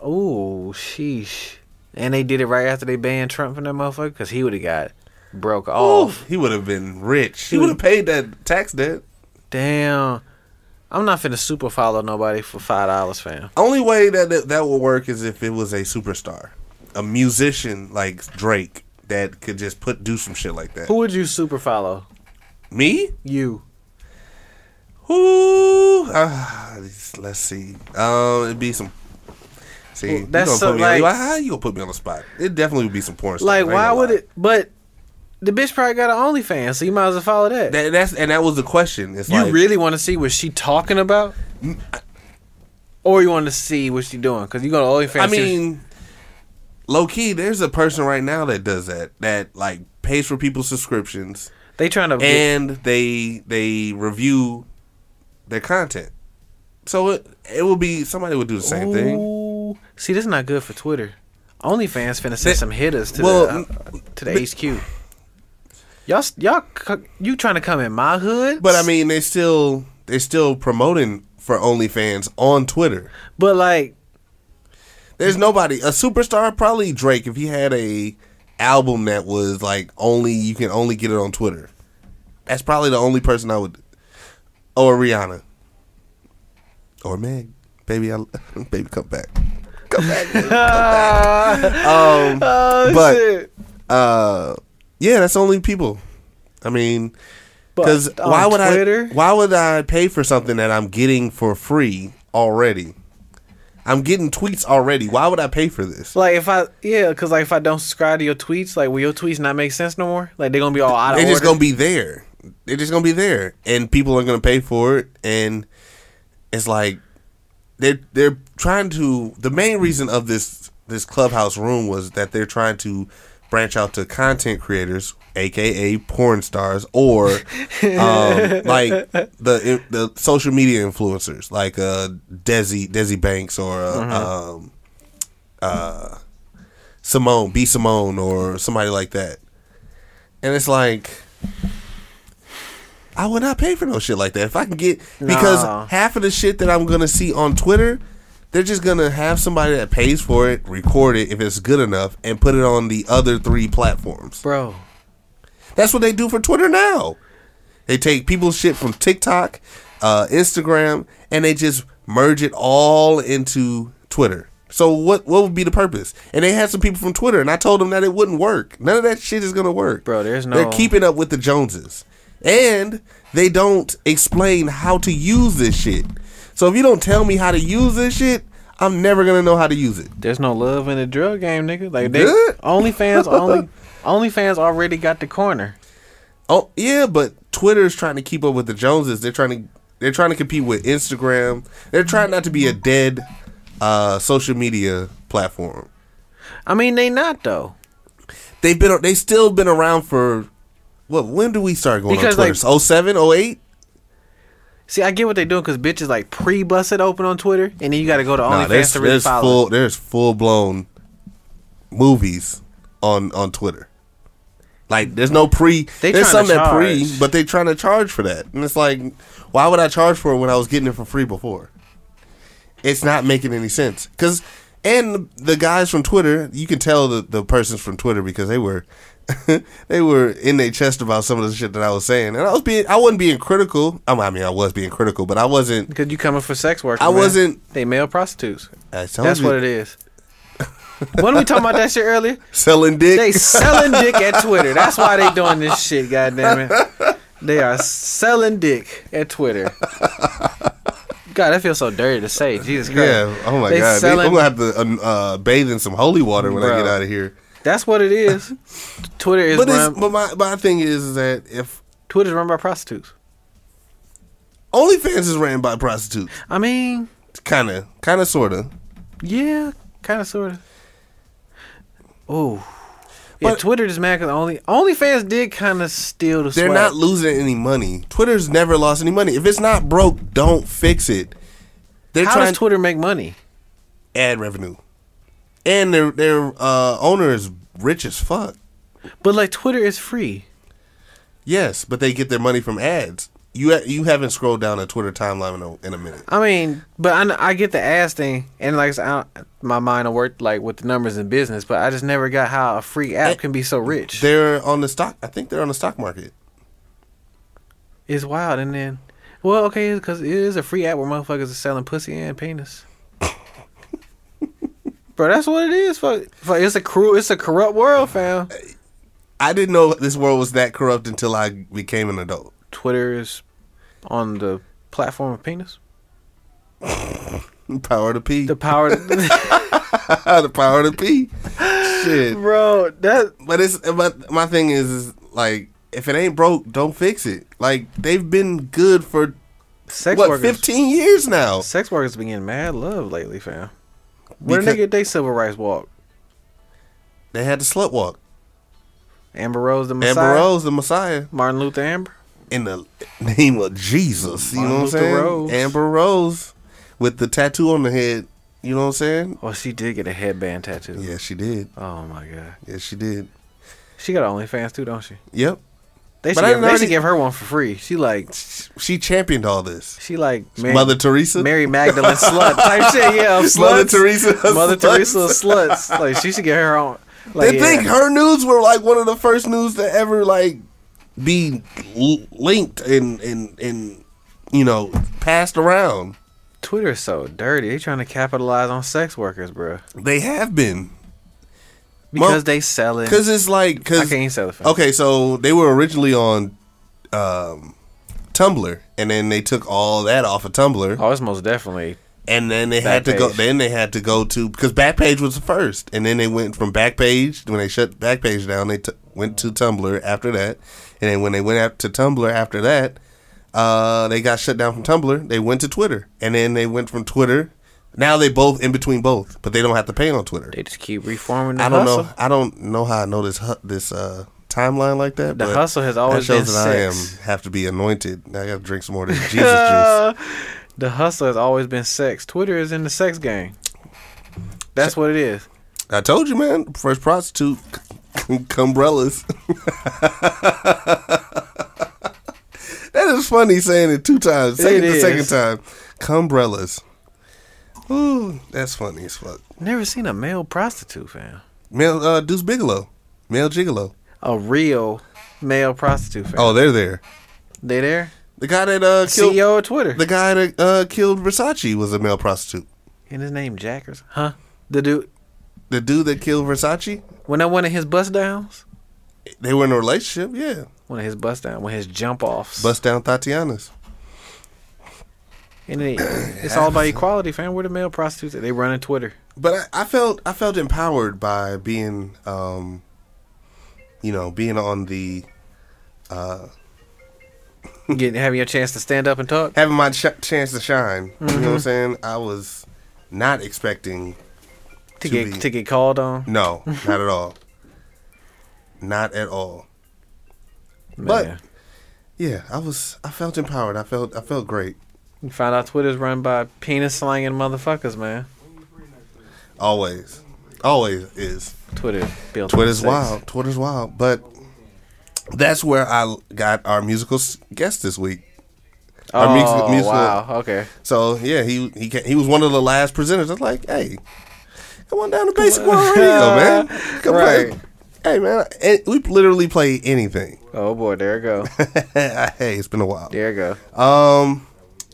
Speaker 1: Oh, sheesh. And they did it right after they banned Trump from that motherfucker because he would have got broke off.
Speaker 4: He would have been rich. He would have paid that tax debt.
Speaker 1: Damn. I'm not finna super follow nobody for five dollars, fam.
Speaker 4: Only way that that, that would work is if it was a superstar, a musician like Drake that could just put do some shit like that.
Speaker 1: Who would you super follow?
Speaker 4: Me?
Speaker 1: You.
Speaker 4: Who? Ah, let's see. Um, it'd be some. See, you
Speaker 1: that's
Speaker 4: gonna
Speaker 1: so,
Speaker 4: put me on-
Speaker 1: like-
Speaker 4: how you gonna put me on the spot? It definitely would be some porn. stuff, I
Speaker 1: Like,
Speaker 4: ain't
Speaker 1: why
Speaker 4: gonna
Speaker 1: would
Speaker 4: lie.
Speaker 1: it? But the bitch probably got an OnlyFans, so you might as well follow that.
Speaker 4: That, that's and that was the question. It's
Speaker 1: you
Speaker 4: like,
Speaker 1: really want to see what she talking about,
Speaker 4: Mm,
Speaker 1: or you want to see what she doing? Because you go to OnlyFans.
Speaker 4: I
Speaker 1: see what she-
Speaker 4: mean, low key, there's a person right now that does that. That like pays for people's subscriptions.
Speaker 1: they trying to. get-
Speaker 4: and they they review their content. So it it would be somebody would do the same thing.
Speaker 1: Ooh. See, this is not good for Twitter. OnlyFans finna send
Speaker 4: That-
Speaker 1: some hitters to
Speaker 4: well, mm,
Speaker 1: the uh, to the HQ. Y'all, s- y'all, c- you trying to come in my hood?
Speaker 4: But I mean, they still they still promoting for OnlyFans on Twitter.
Speaker 1: but like,
Speaker 4: There's nobody a superstar probably Drake if he had a album that was like only you can only get it on Twitter. That's probably the only person I would or Rihanna or Meg. Baby, I, (laughs) baby, come back, come back, baby,
Speaker 1: (laughs)
Speaker 4: come back. Um,
Speaker 1: oh
Speaker 4: But-
Speaker 1: shit.
Speaker 4: uh yeah that's the only people i mean because
Speaker 1: But
Speaker 4: why
Speaker 1: on
Speaker 4: would
Speaker 1: Twitter?
Speaker 4: i why would i pay for something that i'm getting for free already i'm getting tweets already why would i pay for this
Speaker 1: Like if I yeah, cause like if I don't subscribe to your tweets, like will your tweets not make sense no more? Like they're gonna be all out of
Speaker 4: they're
Speaker 1: order.
Speaker 4: just gonna be there they're just gonna be there and people are gonna pay for it and it's like they're they're trying to the main reason of this this clubhouse room was that they're trying to branch out to content creators aka porn stars or um, like the the social media influencers like uh desi desi banks or uh, um uh simone b simone or somebody like that and it's like I would not pay for no shit like that. If I can get
Speaker 1: Nah.
Speaker 4: because half of the shit that I'm gonna see on Twitter, they're just gonna have somebody that pays for it, record it if it's good enough, and put it on the other three platforms.
Speaker 1: Bro,
Speaker 2: That's what they do for Twitter now. They take people's shit from TikTok, uh, Instagram, and they just merge it all into Twitter. So what what would be the purpose? And they had some people from Twitter, and I told them that it wouldn't work. None of that shit is gonna work,
Speaker 1: Bro, there's no-
Speaker 2: They're keeping up with the Joneses, and they don't explain how to use this shit. So if you don't tell me how to use this shit, I'm never gonna know how to use it.
Speaker 1: There's no love in the drug game, nigga. Like they
Speaker 2: Good. (laughs)
Speaker 1: OnlyFans only OnlyFans already got the corner.
Speaker 2: Oh yeah, but Twitter's trying to keep up with the Joneses. They're trying to they're trying to compete with Instagram. They're trying not to be a dead uh, social media platform.
Speaker 1: I mean, they not though.
Speaker 2: They've been they still been around for what? When do we start going
Speaker 1: Because,
Speaker 2: on
Speaker 1: like-
Speaker 2: Twitter? Oh seven, oh eight.
Speaker 1: See, I get what they doing because bitches like pre-bust it open on Twitter, and then you got to go to
Speaker 2: Nah,
Speaker 1: OnlyFans
Speaker 2: there's
Speaker 1: to really
Speaker 2: there's
Speaker 1: follow.
Speaker 2: full there's full blown movies on on Twitter. Like there's no pre.
Speaker 1: They
Speaker 2: there's
Speaker 1: tryna
Speaker 2: some that pre,
Speaker 1: charge.
Speaker 2: but they trying to charge for that, and it's like, why would I charge for it when I was getting it for free before? It's not making any sense because, and the guys from Twitter, you can tell the the persons from Twitter because they were. (laughs) they were in their chest about some of the shit that I was saying, and I was being—I wasn't being critical. I mean, I was being critical, but I wasn't
Speaker 1: Because you coming for sex work.
Speaker 2: I wasn't-
Speaker 1: They male prostitutes.
Speaker 2: I told
Speaker 1: That's
Speaker 2: you.
Speaker 1: what it
Speaker 2: (laughs)
Speaker 1: is. When we talking about that shit earlier?
Speaker 2: selling dick.
Speaker 1: They selling dick at Twitter. That's why they doing this shit. Goddamn it. They are selling dick at Twitter. God, that feels so dirty to say. Jesus Christ.
Speaker 2: Yeah. Oh my
Speaker 1: They
Speaker 2: god. They-
Speaker 1: selling-
Speaker 2: I'm gonna have to um, uh, bathe in some holy water when I
Speaker 1: Bro.
Speaker 2: get out of here.
Speaker 1: That's what it is. Twitter is
Speaker 2: But
Speaker 1: run.
Speaker 2: it's, but my my thing is, is that if
Speaker 1: Twitter's run by prostitutes.
Speaker 2: OnlyFans is ran by prostitutes,
Speaker 1: I mean,
Speaker 2: kind of, kind of, sort of.
Speaker 1: yeah, kind of, sort of. Oh. Yeah,
Speaker 2: But-
Speaker 1: Twitter just mad because only OnlyFans did kind of steal the.
Speaker 2: They're
Speaker 1: swag.
Speaker 2: not losing any money. Twitter's never lost any money. If it's not broke, don't fix it. They're
Speaker 1: How
Speaker 2: trying
Speaker 1: does Twitter make money?
Speaker 2: to add revenue, and their their uh, owner is rich as fuck.
Speaker 1: But like Twitter is free.
Speaker 2: Yes, but they get their money from ads. You ha- you haven't scrolled down a Twitter timeline in a, in a minute.
Speaker 1: I mean, but I, kn- I get the ass thing, and like I said, I don't- my mind will work like with the numbers in business, but I just never got how a free app can be so rich.
Speaker 2: They're on the stock. I think they're on the stock market.
Speaker 1: It's wild. And then, well, okay, because it is a free app where motherfuckers are selling pussy and
Speaker 2: (laughs)
Speaker 1: penis. Bro, that's what it is. Fuck, fuck, it's a cruel, it's a corrupt world, fam.
Speaker 2: I didn't know this world was that corrupt until I became an adult. (laughs)
Speaker 1: Twitter is on the platform of penis.
Speaker 2: Power to P.
Speaker 1: The power, (laughs)
Speaker 2: (laughs) the power to P. Shit.
Speaker 1: bro. That
Speaker 2: But it's but my thing is, is like if it ain't broke, don't fix it. Like they've been good for
Speaker 1: sex
Speaker 2: what
Speaker 1: workers.
Speaker 2: fifteen years now.
Speaker 1: Sex workers been getting mad love lately, fam. Where did
Speaker 2: Because-
Speaker 1: they get their civil rights walk?
Speaker 2: They had the slut walk.
Speaker 1: Amber Rose the Messiah.
Speaker 2: Amber Rose, the Messiah,
Speaker 1: Martin Luther Amber.
Speaker 2: in the name of Jesus. You know what I'm
Speaker 1: Martin Luther
Speaker 2: saying?
Speaker 1: Rose.
Speaker 2: Amber Rose with the tattoo on the head. You know what I'm saying?
Speaker 1: Oh, she did get a headband tattoo.
Speaker 2: Yeah, she did.
Speaker 1: Oh my god.
Speaker 2: Yes, she did.
Speaker 1: She got OnlyFans too, don't she?
Speaker 2: Yep.
Speaker 1: They
Speaker 2: But
Speaker 1: should,
Speaker 2: I
Speaker 1: give,
Speaker 2: didn't
Speaker 1: they
Speaker 2: already-
Speaker 1: should give her one for free. She like
Speaker 2: She championed all this.
Speaker 1: she like Mary,
Speaker 2: Mother Teresa.
Speaker 1: Mary Magdalene slut type shit. Yeah, of sluts.
Speaker 2: (laughs) Mother Teresa of
Speaker 1: Mother
Speaker 2: sluts.
Speaker 1: Teresa of sluts. Like she should get her own. Like,
Speaker 2: they
Speaker 1: yeah.
Speaker 2: think her news were like one of the first news to ever like be l- linked and and and you know passed around.
Speaker 1: Twitter's so dirty. They trying to capitalize on sex workers, bro,
Speaker 2: They have been
Speaker 1: because
Speaker 2: Well,
Speaker 1: they selling.
Speaker 2: because it's like
Speaker 1: I
Speaker 2: because
Speaker 1: can't sell it.
Speaker 2: okay, so they were originally on um, Tumblr, and then they took all that off of Tumblr,
Speaker 1: Oh, it's most definitely
Speaker 2: and then they had to go.
Speaker 1: Backpage.
Speaker 2: Then they had to go to because Backpage was the first, and then they went from Backpage when they shut Backpage down. They t- went to Tumblr after that, and then when they went out to Tumblr after that, uh, they got shut down from Tumblr. They went to Twitter, and then they went from Twitter. Now they both in between both, but they don't have to pay on Twitter.
Speaker 1: they just keep reforming. The
Speaker 2: I don't
Speaker 1: hustle.
Speaker 2: know. I don't know how I know this hu- this uh, timeline like that.
Speaker 1: The
Speaker 2: but
Speaker 1: hustle has always
Speaker 2: that shows
Speaker 1: been
Speaker 2: that
Speaker 1: sex.
Speaker 2: I am have to be anointed. Now I got to drink some more of this
Speaker 1: (laughs)
Speaker 2: Jesus juice.
Speaker 1: The hustle has always been sex. Twitter is in the sex game. That's what it is.
Speaker 2: I told you, man. First prostitute, (laughs) cumbrellas. that is funny saying it two times. Second
Speaker 1: It
Speaker 2: the second
Speaker 1: is.
Speaker 2: time, cumbrellas. Ooh, that's funny as fuck.
Speaker 1: Never seen a male prostitute, fam.
Speaker 2: Mel uh, Deuce Bigelow, Mel Gigolo.
Speaker 1: A real male prostitute. Fam.
Speaker 2: Oh, they're there.
Speaker 1: They there?
Speaker 2: The guy that uh killed
Speaker 1: CEO of Twitter.
Speaker 2: the guy that uh killed Versace was a male prostitute.
Speaker 1: and his name Jackers. Huh? The dude
Speaker 2: The dude that killed Versace,
Speaker 1: when I one of his bust downs?
Speaker 2: they were in a relationship. Yeah,
Speaker 1: One of his bust down, one of his jump offs.
Speaker 2: bust down Tatiana's.
Speaker 1: and
Speaker 2: (coughs)
Speaker 1: it, it's all about equality, fam. We're the male prostitutes. They running Twitter.
Speaker 2: But I, I felt I felt empowered by being, um you know, being on the
Speaker 1: Getting having your chance to stand up and talk.
Speaker 2: having my sh- chance to shine. You know what I'm saying? I was not expecting.
Speaker 1: To
Speaker 2: To
Speaker 1: get
Speaker 2: be-
Speaker 1: to get called on.
Speaker 2: No, not at all. Not at all.
Speaker 1: Man.
Speaker 2: But yeah, I was. I felt empowered. I felt. I felt great.
Speaker 1: You found out Twitter's run by penis slanging motherfuckers, man.
Speaker 2: Always, always is.
Speaker 1: Twitter built. on
Speaker 2: Twitter's
Speaker 1: sex.
Speaker 2: wild. Twitter's wild. But that's where I got our musical s- guest this week.
Speaker 1: Oh,
Speaker 2: Our music- musical-
Speaker 1: wow. Okay.
Speaker 2: So yeah, he he ca he was one of the last presenters. I was like, hey, come on down to
Speaker 1: (laughs)
Speaker 2: Basic World Radio, man. Come
Speaker 1: Right.
Speaker 2: play. Hey man, and we literally play anything.
Speaker 1: Oh boy, there it go.
Speaker 2: hey, it's been a while.
Speaker 1: There it go. (laughs)
Speaker 2: Um,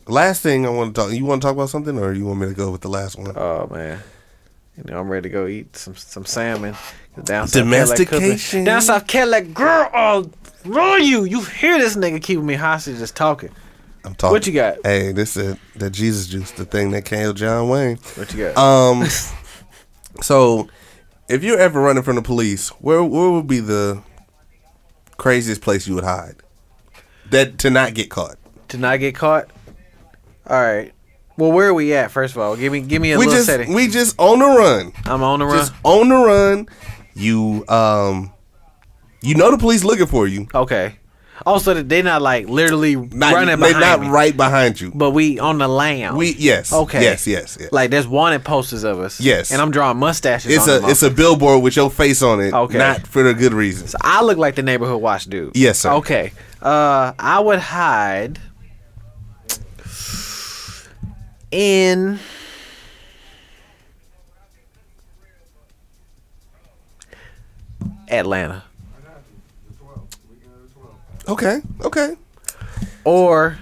Speaker 2: last thing I want to talk. You want to talk about something, or you want me to go with the last one?
Speaker 1: Oh man. You know, I'm ready to go eat some some salmon. Down South
Speaker 2: Domestication.
Speaker 1: Domestication. Down South Cadillac girl, oh, roll you. You hear this nigga keeping me hostage just talking.
Speaker 2: I'm talking.
Speaker 1: what you got?
Speaker 2: Hey, this is the Jesus juice, the thing that killed John Wayne.
Speaker 1: What you got? (laughs)
Speaker 2: Um, so if you're ever running from the police, where where would be the craziest place you would hide? That to not get caught.
Speaker 1: to not get caught. All right. Well, where are we at? First of all, give me give me a
Speaker 2: we
Speaker 1: little
Speaker 2: just
Speaker 1: setting.
Speaker 2: we just on the run.
Speaker 1: I'm on the run.
Speaker 2: Just on the run. You um, you know the police looking for you.
Speaker 1: okay. Also, that they not like literally
Speaker 2: Not,
Speaker 1: running
Speaker 2: they
Speaker 1: behind
Speaker 2: not
Speaker 1: me,
Speaker 2: right behind you.
Speaker 1: but we on the lam.
Speaker 2: We yes.
Speaker 1: okay.
Speaker 2: Yes yes. yes.
Speaker 1: Like there's wanted posters of us.
Speaker 2: Yes.
Speaker 1: And I'm drawing mustaches.
Speaker 2: it's
Speaker 1: on
Speaker 2: a
Speaker 1: them all.
Speaker 2: it's a billboard with your face on it.
Speaker 1: Okay.
Speaker 2: Not for the good reasons.
Speaker 1: I look like the neighborhood watch dude.
Speaker 2: Yes, sir.
Speaker 1: Okay. Uh, I would hide in. Atlanta
Speaker 2: Okay. Okay.
Speaker 1: or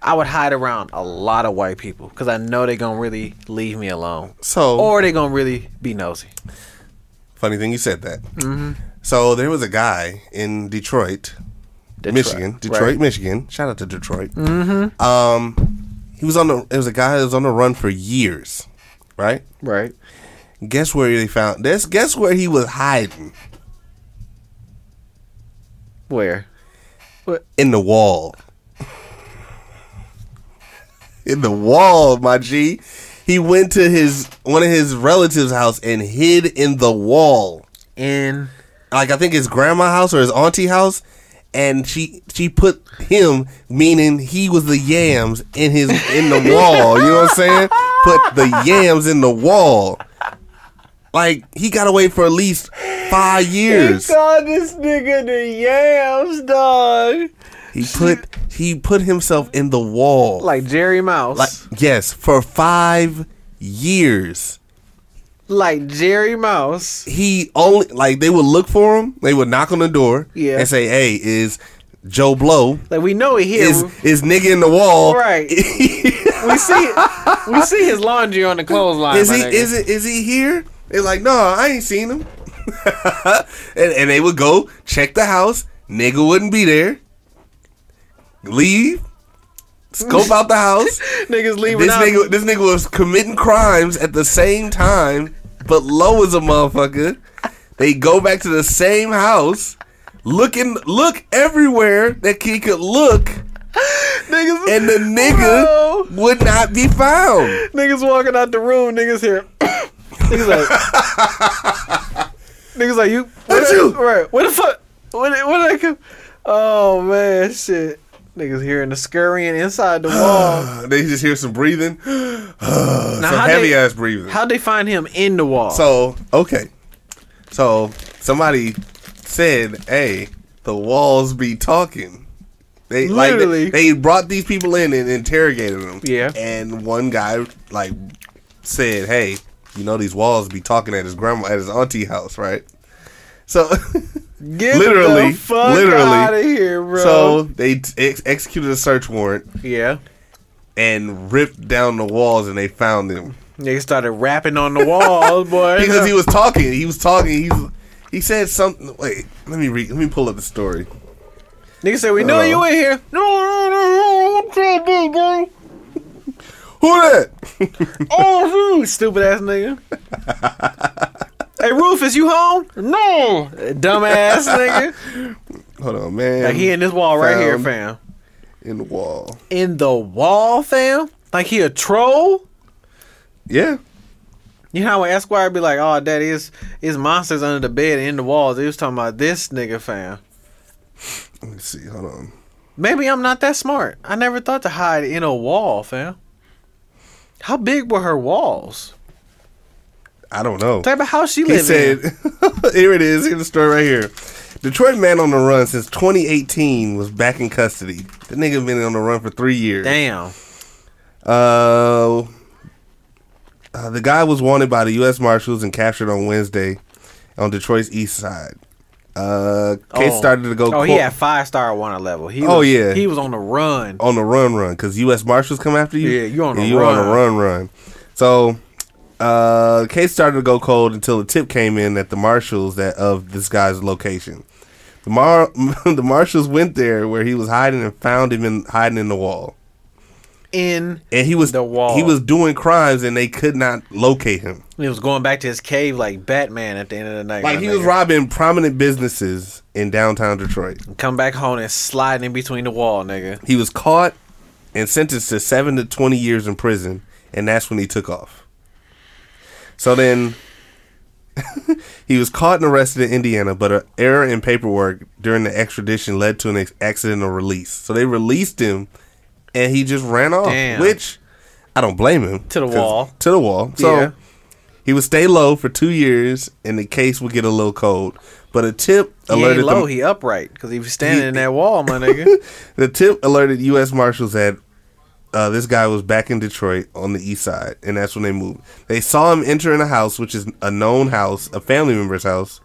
Speaker 1: I would hide around a lot of white people cuz I know they're going to really leave me alone
Speaker 2: So
Speaker 1: or they're going to really be nosy.
Speaker 2: Funny thing you said that.
Speaker 1: Mm-hmm.
Speaker 2: So there was a guy in Detroit,
Speaker 1: Detroit,
Speaker 2: Michigan, Detroit,
Speaker 1: right.
Speaker 2: Michigan. Shout out to Detroit. Mm-hmm. Um, he was on the. It was a guy that was on the run for years, right?
Speaker 1: Right.
Speaker 2: Guess where they found? This guess where he was hiding
Speaker 1: Where?
Speaker 2: in the wall. in the wall, my G. He went to his one of his relatives' house and hid in the wall.
Speaker 1: In
Speaker 2: like I think his grandma house or his auntie house, and she she put him, meaning he was the yams in his
Speaker 1: (laughs)
Speaker 2: in the wall. You know what I'm saying? Put the yams in the wall. Like he got away for at least five years.
Speaker 1: called Oh, this nigga the yams, dog.
Speaker 2: He put he put himself in the wall. Like,
Speaker 1: Like Jerry Mouse. Like,
Speaker 2: yes, for five years.
Speaker 1: Jerry Mouse.
Speaker 2: He only like they would look for him. They would knock on the door
Speaker 1: Yeah.
Speaker 2: and say, "Hey, is Joe Blow?"
Speaker 1: Like we know it here.
Speaker 2: Is is nigga in the wall? (laughs)
Speaker 1: right. we see we see his laundry on the clothesline.
Speaker 2: Is
Speaker 1: my
Speaker 2: he
Speaker 1: nigga.
Speaker 2: is it is he here? They're like, no, I ain't seen him. (laughs) and, and they would go check the house. Nigga wouldn't be there. Leave. Scope out
Speaker 1: (laughs)
Speaker 2: the house.
Speaker 1: niggas leaving
Speaker 2: this
Speaker 1: out
Speaker 2: nigga, this nigga was committing crimes at the same time, but low as a motherfucker. They go back to the same house, looking, look everywhere that he could look,
Speaker 1: niggas
Speaker 2: and the
Speaker 1: Bro.
Speaker 2: nigga would not be found.
Speaker 1: niggas walking out the room, niggas
Speaker 2: (laughs)
Speaker 1: here. niggas like Niggas like you
Speaker 2: What you?
Speaker 1: Right. What the fuck? What what did I come? Oh man, shit. Niggas hearing the scurrying
Speaker 2: (sighs)
Speaker 1: inside the wall.
Speaker 2: They just hear some breathing, some
Speaker 1: how
Speaker 2: heavy
Speaker 1: they-
Speaker 2: ass breathing.
Speaker 1: How'd they find him in the wall?
Speaker 2: so okay, so somebody said, "Hey, the walls be talking." They
Speaker 1: Literally.
Speaker 2: like they, they brought these people in and interrogated them.
Speaker 1: Yeah.
Speaker 2: and one guy like said, "Hey, you know these walls be talking at his grandma at his auntie house, right?" So (laughs)
Speaker 1: Get
Speaker 2: Literally,
Speaker 1: the fuck
Speaker 2: literally.
Speaker 1: out of here, bro.
Speaker 2: So they t- ex- executed a search warrant
Speaker 1: yeah,
Speaker 2: and ripped down the walls, and they found him
Speaker 1: nigga started rapping on the walls, (laughs) boy.
Speaker 2: because he was talking. He was talking. He was, he said something. Wait, let me read. Let me pull up the story.
Speaker 1: nigga said, "We know
Speaker 2: Uh.
Speaker 1: you in here." (laughs) No, no, no, no, I'm trying bro.
Speaker 2: Who that?
Speaker 1: Oh, rude, stupid ass (laughs) nigga. hey, Rufus, you home? No, (laughs) dumbass nigga.
Speaker 2: Hold on, man.
Speaker 1: Like he in this wall right here, fam.
Speaker 2: Found in the wall.
Speaker 1: In the wall, fam. Like he a troll.
Speaker 2: Yeah.
Speaker 1: You know how when Esquire be like, "Oh, daddy, is is monsters under the bed and in the walls." He was talking about this nigga, fam.
Speaker 2: Let me see. Hold on.
Speaker 1: Maybe I'm not that smart. I never thought to hide in a wall, fam. How big were her walls?
Speaker 2: I don't know.
Speaker 1: Type of house she
Speaker 2: He
Speaker 1: lived
Speaker 2: said, (laughs)
Speaker 1: in.
Speaker 2: "Here it is. Here's the story right here. Detroit man on the run since 2018 was back in custody. The nigga been on the run for three years.
Speaker 1: Damn.
Speaker 2: Uh, uh, the guy was wanted by the U.S. Marshals and captured on Wednesday on Detroit's East Side. Uh, case
Speaker 1: Oh.
Speaker 2: started to go.
Speaker 1: Oh, he
Speaker 2: court-
Speaker 1: had five star wanted level. He
Speaker 2: Oh,
Speaker 1: was,
Speaker 2: yeah.
Speaker 1: He was on the run.
Speaker 2: on the run run because U.S. Marshals come after you.
Speaker 1: Yeah, you on
Speaker 2: and
Speaker 1: the
Speaker 2: you on
Speaker 1: run.
Speaker 2: the run run. So, uh, case started to go cold until a tip came in that the marshals that of this guy's location. The mar (laughs) the marshals went there where he was hiding and found him in hiding in the wall.
Speaker 1: In
Speaker 2: And he was
Speaker 1: The wall.
Speaker 2: he was doing crimes and they could not locate him.
Speaker 1: he was going back to his cave like Batman at the end of the night.
Speaker 2: Like
Speaker 1: my
Speaker 2: he was
Speaker 1: nigga.
Speaker 2: robbing prominent businesses in downtown Detroit.
Speaker 1: Come back home and sliding in between the wall, nigga.
Speaker 2: He was caught and sentenced to seven to twenty years in prison, and that's when he took off. So then (laughs) he was caught and arrested in Indiana, but an error in paperwork during the extradition led to an ex- accidental release. So they released him, and he just ran off,
Speaker 1: Damn.
Speaker 2: which I don't blame him.
Speaker 1: To the
Speaker 2: 'cause-
Speaker 1: wall.
Speaker 2: To the wall. So
Speaker 1: Yeah.
Speaker 2: he would stay low for two years, and the case would get a little cold. But a tip
Speaker 1: He
Speaker 2: alerted
Speaker 1: ain't low,
Speaker 2: the,
Speaker 1: he upright because he was standing in that wall, my
Speaker 2: (laughs)
Speaker 1: nigga.
Speaker 2: the tip alerted U.S. Marshals that uh, this guy was back in Detroit on the east side, and that's when they moved. They saw him entering a house, which is a known house, a family member's house,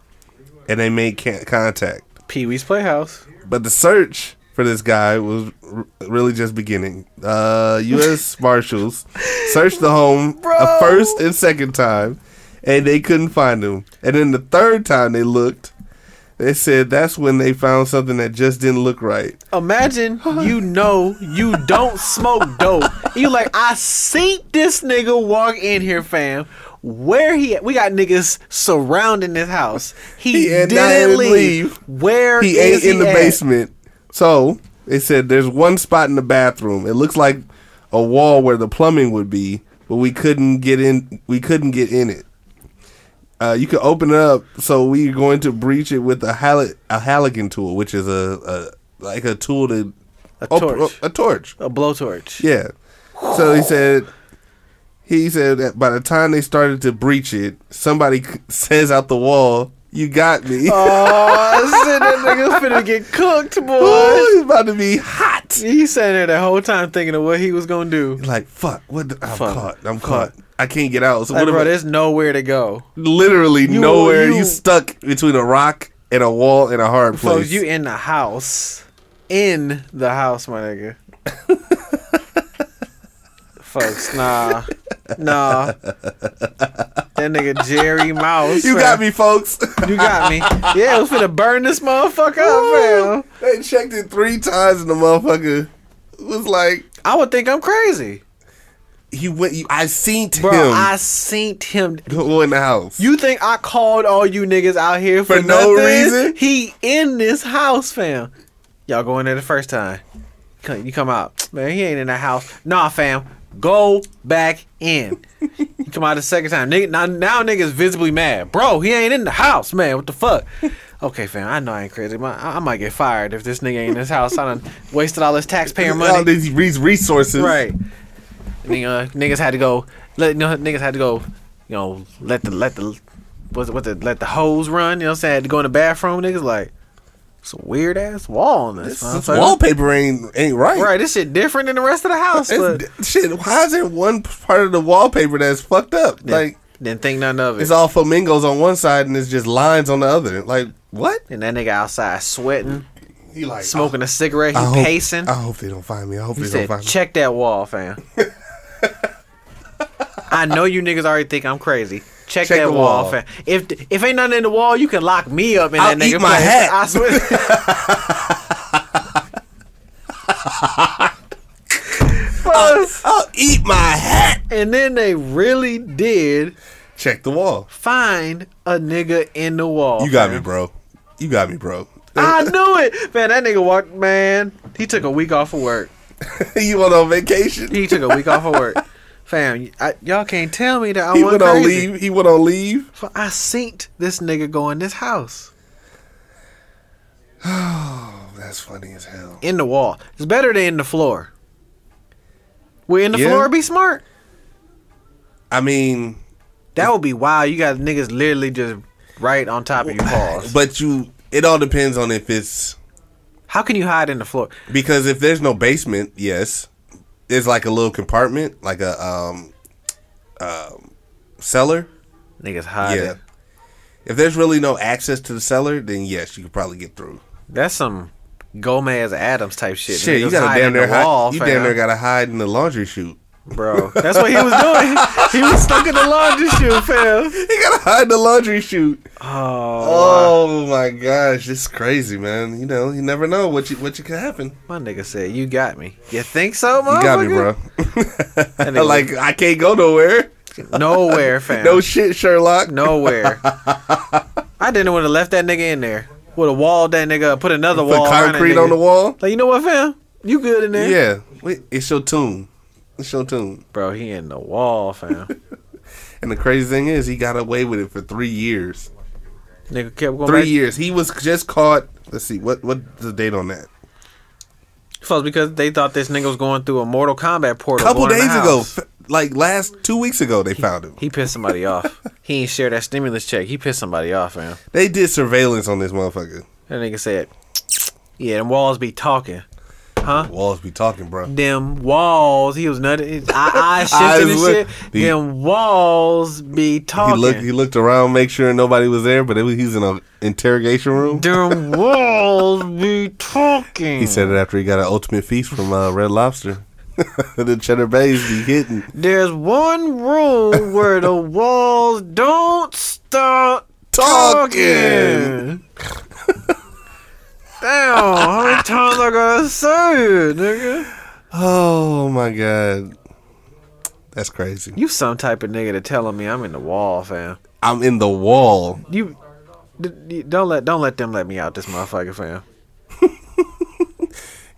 Speaker 2: and they made ca- contact.
Speaker 1: Pee Wee's Playhouse.
Speaker 2: But the search for this guy was r- really just beginning. Uh, U.S. Marshals searched the home a
Speaker 1: Bro.
Speaker 2: first and second time, and they couldn't find him. And then the third time they looked, they said that's when they found something that just didn't look right.
Speaker 1: Imagine you know you don't smoke dope. You like I seen this nigga walk in here, fam. Where he? At? We got niggas surrounding this house. He,
Speaker 2: He had not
Speaker 1: didn't
Speaker 2: even
Speaker 1: leave.
Speaker 2: leave.
Speaker 1: Where
Speaker 2: he
Speaker 1: is
Speaker 2: ate in
Speaker 1: he
Speaker 2: the
Speaker 1: at?
Speaker 2: basement. So they said there's one spot in the bathroom. It looks like a wall where the plumbing would be, but we couldn't get in. We couldn't get in it. Uh, you can open it up, so we're going to breach it with a hal- a halogen tool, which is a, a like a tool to
Speaker 1: A
Speaker 2: open-
Speaker 1: torch,
Speaker 2: a torch.
Speaker 1: a blowtorch.
Speaker 2: Yeah. So he said, he said that by the time they started to breach it, somebody c- says out the wall, "You got me." (laughs)
Speaker 1: Oh shit, that nigga finna get cooked, boy.
Speaker 2: Ooh, it's about to be hot.
Speaker 1: He sat there the whole time thinking of what he was gonna do.
Speaker 2: Like fuck, what? The, I'm
Speaker 1: Fuck.
Speaker 2: caught. I'm
Speaker 1: Fuck.
Speaker 2: caught. I can't get out. So
Speaker 1: Like,
Speaker 2: what
Speaker 1: bro,
Speaker 2: about
Speaker 1: there's nowhere to go.
Speaker 2: literally nowhere? You,
Speaker 1: you-
Speaker 2: stuck between a rock and a wall and a hard
Speaker 1: So
Speaker 2: place.
Speaker 1: you in the house, in the house, my
Speaker 2: (laughs)
Speaker 1: nigga. Folks, nah, nah. That nigga Jerry Mouse.
Speaker 2: You
Speaker 1: fam.
Speaker 2: got me, folks. (laughs)
Speaker 1: You got me. Yeah, it was finna burn this motherfucker up, fam.
Speaker 2: they checked it three times, and the motherfucker was like,
Speaker 1: I would think I'm crazy,
Speaker 2: "He went. You, I seen
Speaker 1: bro.
Speaker 2: him
Speaker 1: I seen him.
Speaker 2: go in the house.
Speaker 1: You think I called all you niggas out here for,
Speaker 2: For no
Speaker 1: nothing?
Speaker 2: reason?
Speaker 1: He in this house, fam. Y'all go in there the first time. Come- You come out, man. He ain't in that house. Nah, fam. Go back
Speaker 2: (laughs)
Speaker 1: in. you come out the second time. Nigga, now, now niggas visibly mad, bro. He ain't in the house, man. What the fuck? Okay, fam. I know I ain't crazy. My, I, I might get fired if this nigga ain't in this house. I done wasted all this
Speaker 2: (laughs)
Speaker 1: taxpayer
Speaker 2: all
Speaker 1: money.
Speaker 2: these re- resources,
Speaker 1: Right. Nigga, niggas had to go. Let you know, niggas had to go. You know, let the let the was what the let the hose run. You know, what I'm saying had to go in the bathroom. Niggas like it's a weird ass wall on this.
Speaker 2: This
Speaker 1: motherfucker."
Speaker 2: wallpaper ain't ain't right.
Speaker 1: Uh-huh. Right, this shit different than the rest of the house.
Speaker 2: It's
Speaker 1: But
Speaker 2: d- shit, why is there one part of the wallpaper that's fucked up? Like
Speaker 1: didn't think nothing of it.
Speaker 2: it's all flamingos on one side and it's just lines on the other. Like What?
Speaker 1: And that nigga outside sweating,
Speaker 2: He like
Speaker 1: smoking a cigarette, he
Speaker 2: I hope-
Speaker 1: pacing.
Speaker 2: I hope they don't find me. I hope
Speaker 1: He
Speaker 2: they
Speaker 1: said,
Speaker 2: don't find
Speaker 1: "Check that wall, fam." I know you niggas already think I'm crazy. Check,
Speaker 2: Check
Speaker 1: that
Speaker 2: the
Speaker 1: wall,
Speaker 2: wall.
Speaker 1: fam. If if ain't nothing in the wall, you can lock me up in that
Speaker 2: I'll
Speaker 1: nigga.
Speaker 2: eat my
Speaker 1: place.
Speaker 2: hat.
Speaker 1: I swear.
Speaker 2: (laughs) me. I'll eat my hat.
Speaker 1: and then they really did
Speaker 2: Check the wall.
Speaker 1: find a nigga in the wall.
Speaker 2: You got
Speaker 1: fam.
Speaker 2: me, bro. You got me, (laughs) bro.
Speaker 1: I knew it, man. That nigga walked, man. He took a week off of work.
Speaker 2: you went on vacation.
Speaker 1: He took a week off of work,
Speaker 2: (laughs)
Speaker 1: fam. I, y'all can't tell me that I
Speaker 2: He
Speaker 1: went
Speaker 2: went
Speaker 1: crazy.
Speaker 2: on leave. He went on leave.
Speaker 1: F- I seen this nigga go in this house
Speaker 2: Oh, that's funny as hell.
Speaker 1: in the wall. It's better than in the floor. We in the
Speaker 2: Yeah.
Speaker 1: floor be smart.
Speaker 2: I mean,
Speaker 1: That would be wild. You got niggas literally just right on top of your balls.
Speaker 2: but you. It all depends on if it's
Speaker 1: How can you hide in the floor?
Speaker 2: because if there's no basement, yes, there's like a little compartment, like a um, um cellar.
Speaker 1: Niggas hide.
Speaker 2: Yeah.
Speaker 1: it.
Speaker 2: If there's really no access to the cellar, then yes, you could probably get through.
Speaker 1: That's some Gomez Adams type shit.
Speaker 2: Shit, you
Speaker 1: Niggas
Speaker 2: gotta
Speaker 1: hide
Speaker 2: damn
Speaker 1: in the
Speaker 2: near
Speaker 1: wall,
Speaker 2: hide. You damn
Speaker 1: fam.
Speaker 2: near gotta hide in the laundry chute.
Speaker 1: Bro, that's what he was doing. (laughs) he was stuck in the laundry chute, fam.
Speaker 2: You gotta hide in the laundry chute.
Speaker 1: Oh,
Speaker 2: Oh my gosh, it's crazy, man. You know, you never know what you what you could happen.
Speaker 1: my nigga said, "You got me." You think so, motherfucker?
Speaker 2: You got me, bro. (laughs)
Speaker 1: nigga-
Speaker 2: like I can't go nowhere.
Speaker 1: Nowhere, fam.
Speaker 2: No shit, Sherlock.
Speaker 1: Nowhere. I didn't want to left that nigga in there. Would have walled that nigga. up, Put another
Speaker 2: Put
Speaker 1: wall. around that
Speaker 2: concrete
Speaker 1: nigga.
Speaker 2: on the wall.
Speaker 1: Like you know what, fam? You good in there?
Speaker 2: Yeah, Wait, it's your tomb. It's your tomb.
Speaker 1: Bro, he in the wall,
Speaker 2: (laughs)
Speaker 1: fam.
Speaker 2: And the crazy thing is, he got away with it for three years.
Speaker 1: nigga kept going.
Speaker 2: Three
Speaker 1: back.
Speaker 2: years. He was just caught. Let's see what what's the date on that.
Speaker 1: Folks, because they thought this nigga was going through a Mortal Kombat portal.
Speaker 2: couple
Speaker 1: going in the
Speaker 2: days ago,
Speaker 1: house.
Speaker 2: f- like last two weeks ago, they found him.
Speaker 1: He pissed
Speaker 2: (laughs)
Speaker 1: somebody off. He ain't share that stimulus check. He pissed somebody off, fam.
Speaker 2: They did surveillance on this motherfucker.
Speaker 1: That nigga said, "Yeah, them walls be talking, huh?
Speaker 2: Walls be talking, bro.
Speaker 1: Them walls." He was nutty. His
Speaker 2: (laughs)
Speaker 1: eye eyes shifted and
Speaker 2: Eyes
Speaker 1: shit.
Speaker 2: look- the-
Speaker 1: Them walls be
Speaker 2: He
Speaker 1: talking.
Speaker 2: looked. He looked around, make sure nobody was there, but it was, he's in an interrogation room. (laughs)
Speaker 1: Them walls be talking.
Speaker 2: He said it after he got an ultimate feast from uh, Red Lobster. (laughs) the cheddar bays be hitting.
Speaker 1: "There's one room where
Speaker 2: (laughs)
Speaker 1: the walls don't stop
Speaker 2: Talking.
Speaker 1: talking." Damn, how many times I gotta say it, nigga?
Speaker 2: Oh my god, that's crazy.
Speaker 1: You some type of nigga to telling me I'm in the wall, fam.
Speaker 2: I'm in the wall.
Speaker 1: You d- d- don't let don't let them let me out this motherfucker fam.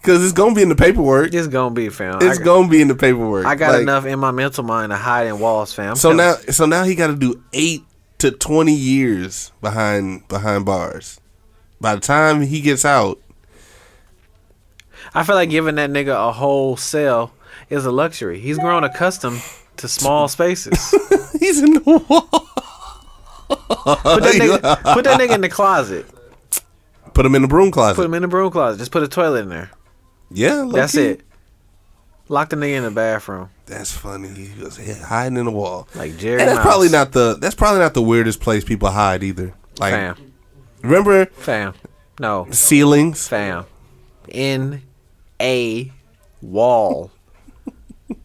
Speaker 2: Cause it's gonna be in the paperwork.
Speaker 1: It's gonna be fam.
Speaker 2: It's
Speaker 1: I, got-
Speaker 2: gonna be in the paperwork.
Speaker 1: I got
Speaker 2: Like,
Speaker 1: enough in my mental mind to hide in walls, fam. I'm
Speaker 2: So
Speaker 1: telling-
Speaker 2: now, so now he got to do eight to twenty years behind behind bars. By the time he gets out, (laughs)
Speaker 1: I feel like giving that nigga a whole cell is a luxury. He's grown accustomed to small
Speaker 2: (laughs)
Speaker 1: spaces.
Speaker 2: he's in the wall.
Speaker 1: Put that
Speaker 2: (laughs)
Speaker 1: nigga, put that nigga in the closet.
Speaker 2: Put him in the broom closet.
Speaker 1: Put him in the broom closet. Just put a toilet in there.
Speaker 2: yeah, low
Speaker 1: That's
Speaker 2: key.
Speaker 1: it. Lock the nigga in the bathroom.
Speaker 2: That's funny. He was hiding in the wall.
Speaker 1: Like Jerry
Speaker 2: and that's
Speaker 1: Mouse.
Speaker 2: probably not the that's probably not the weirdest place people hide either. Like
Speaker 1: Fam.
Speaker 2: remember
Speaker 1: Fam. No.
Speaker 2: ceilings?
Speaker 1: Fam. In a
Speaker 2: (laughs)
Speaker 1: wall.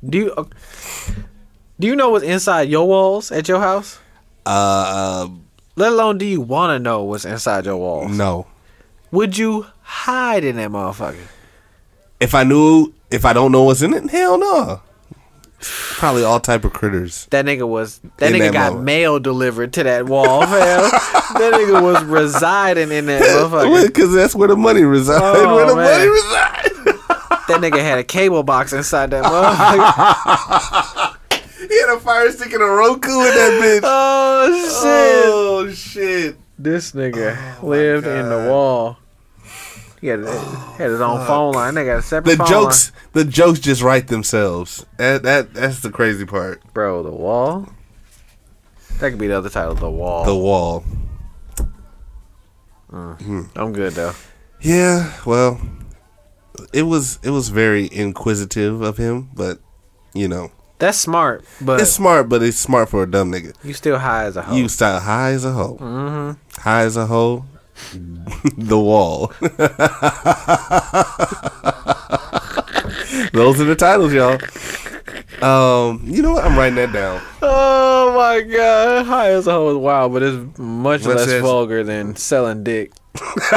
Speaker 1: do you uh, do you know what's inside your walls at your house?
Speaker 2: Uh,
Speaker 1: Let alone do you want to know what's inside your walls?
Speaker 2: no.
Speaker 1: Would you hide in that motherfucker?
Speaker 2: If I knew, if I don't know what's in it, hell no. Probably all type
Speaker 1: (laughs)
Speaker 2: of critters.
Speaker 1: That nigga was that
Speaker 2: In
Speaker 1: nigga
Speaker 2: that
Speaker 1: got
Speaker 2: moment.
Speaker 1: mail delivered to that wall, fam.
Speaker 2: (laughs)
Speaker 1: that nigga was residing in that motherfucker.
Speaker 2: Because that's where the money resides.
Speaker 1: Oh,
Speaker 2: where the
Speaker 1: man.
Speaker 2: money resides.
Speaker 1: That nigga had a cable box inside that
Speaker 2: (laughs)
Speaker 1: motherfucker.
Speaker 2: He had a fire stick and a Roku in that bitch.
Speaker 1: oh shit.
Speaker 2: Oh shit!
Speaker 1: This
Speaker 4: Oh
Speaker 1: nigga lived in the
Speaker 2: God.
Speaker 1: wall. He had, had his own phone line. They got a separate
Speaker 2: The
Speaker 1: phone
Speaker 2: jokes, the jokes just write themselves. That, that that's the crazy part.
Speaker 1: line. bro. The wall. That could be the other title. The wall.
Speaker 2: The wall.
Speaker 1: I'm good though.
Speaker 2: Yeah. Well, it was it was very inquisitive of him, but you know,
Speaker 1: That's smart, but
Speaker 2: it's smart, but it's smart for a dumb nigga.
Speaker 1: Oh. you still high as a hoe.
Speaker 2: You style high as a hoe. High as a hoe.
Speaker 4: (laughs) The Wall. (laughs) Those are the titles, y'all. Um, you know what? I'm writing that down.
Speaker 1: Oh my god, high as a hoe is wild, but it's much
Speaker 4: What's
Speaker 1: less
Speaker 4: this?
Speaker 1: vulgar than selling
Speaker 4: (laughs)
Speaker 1: dick. god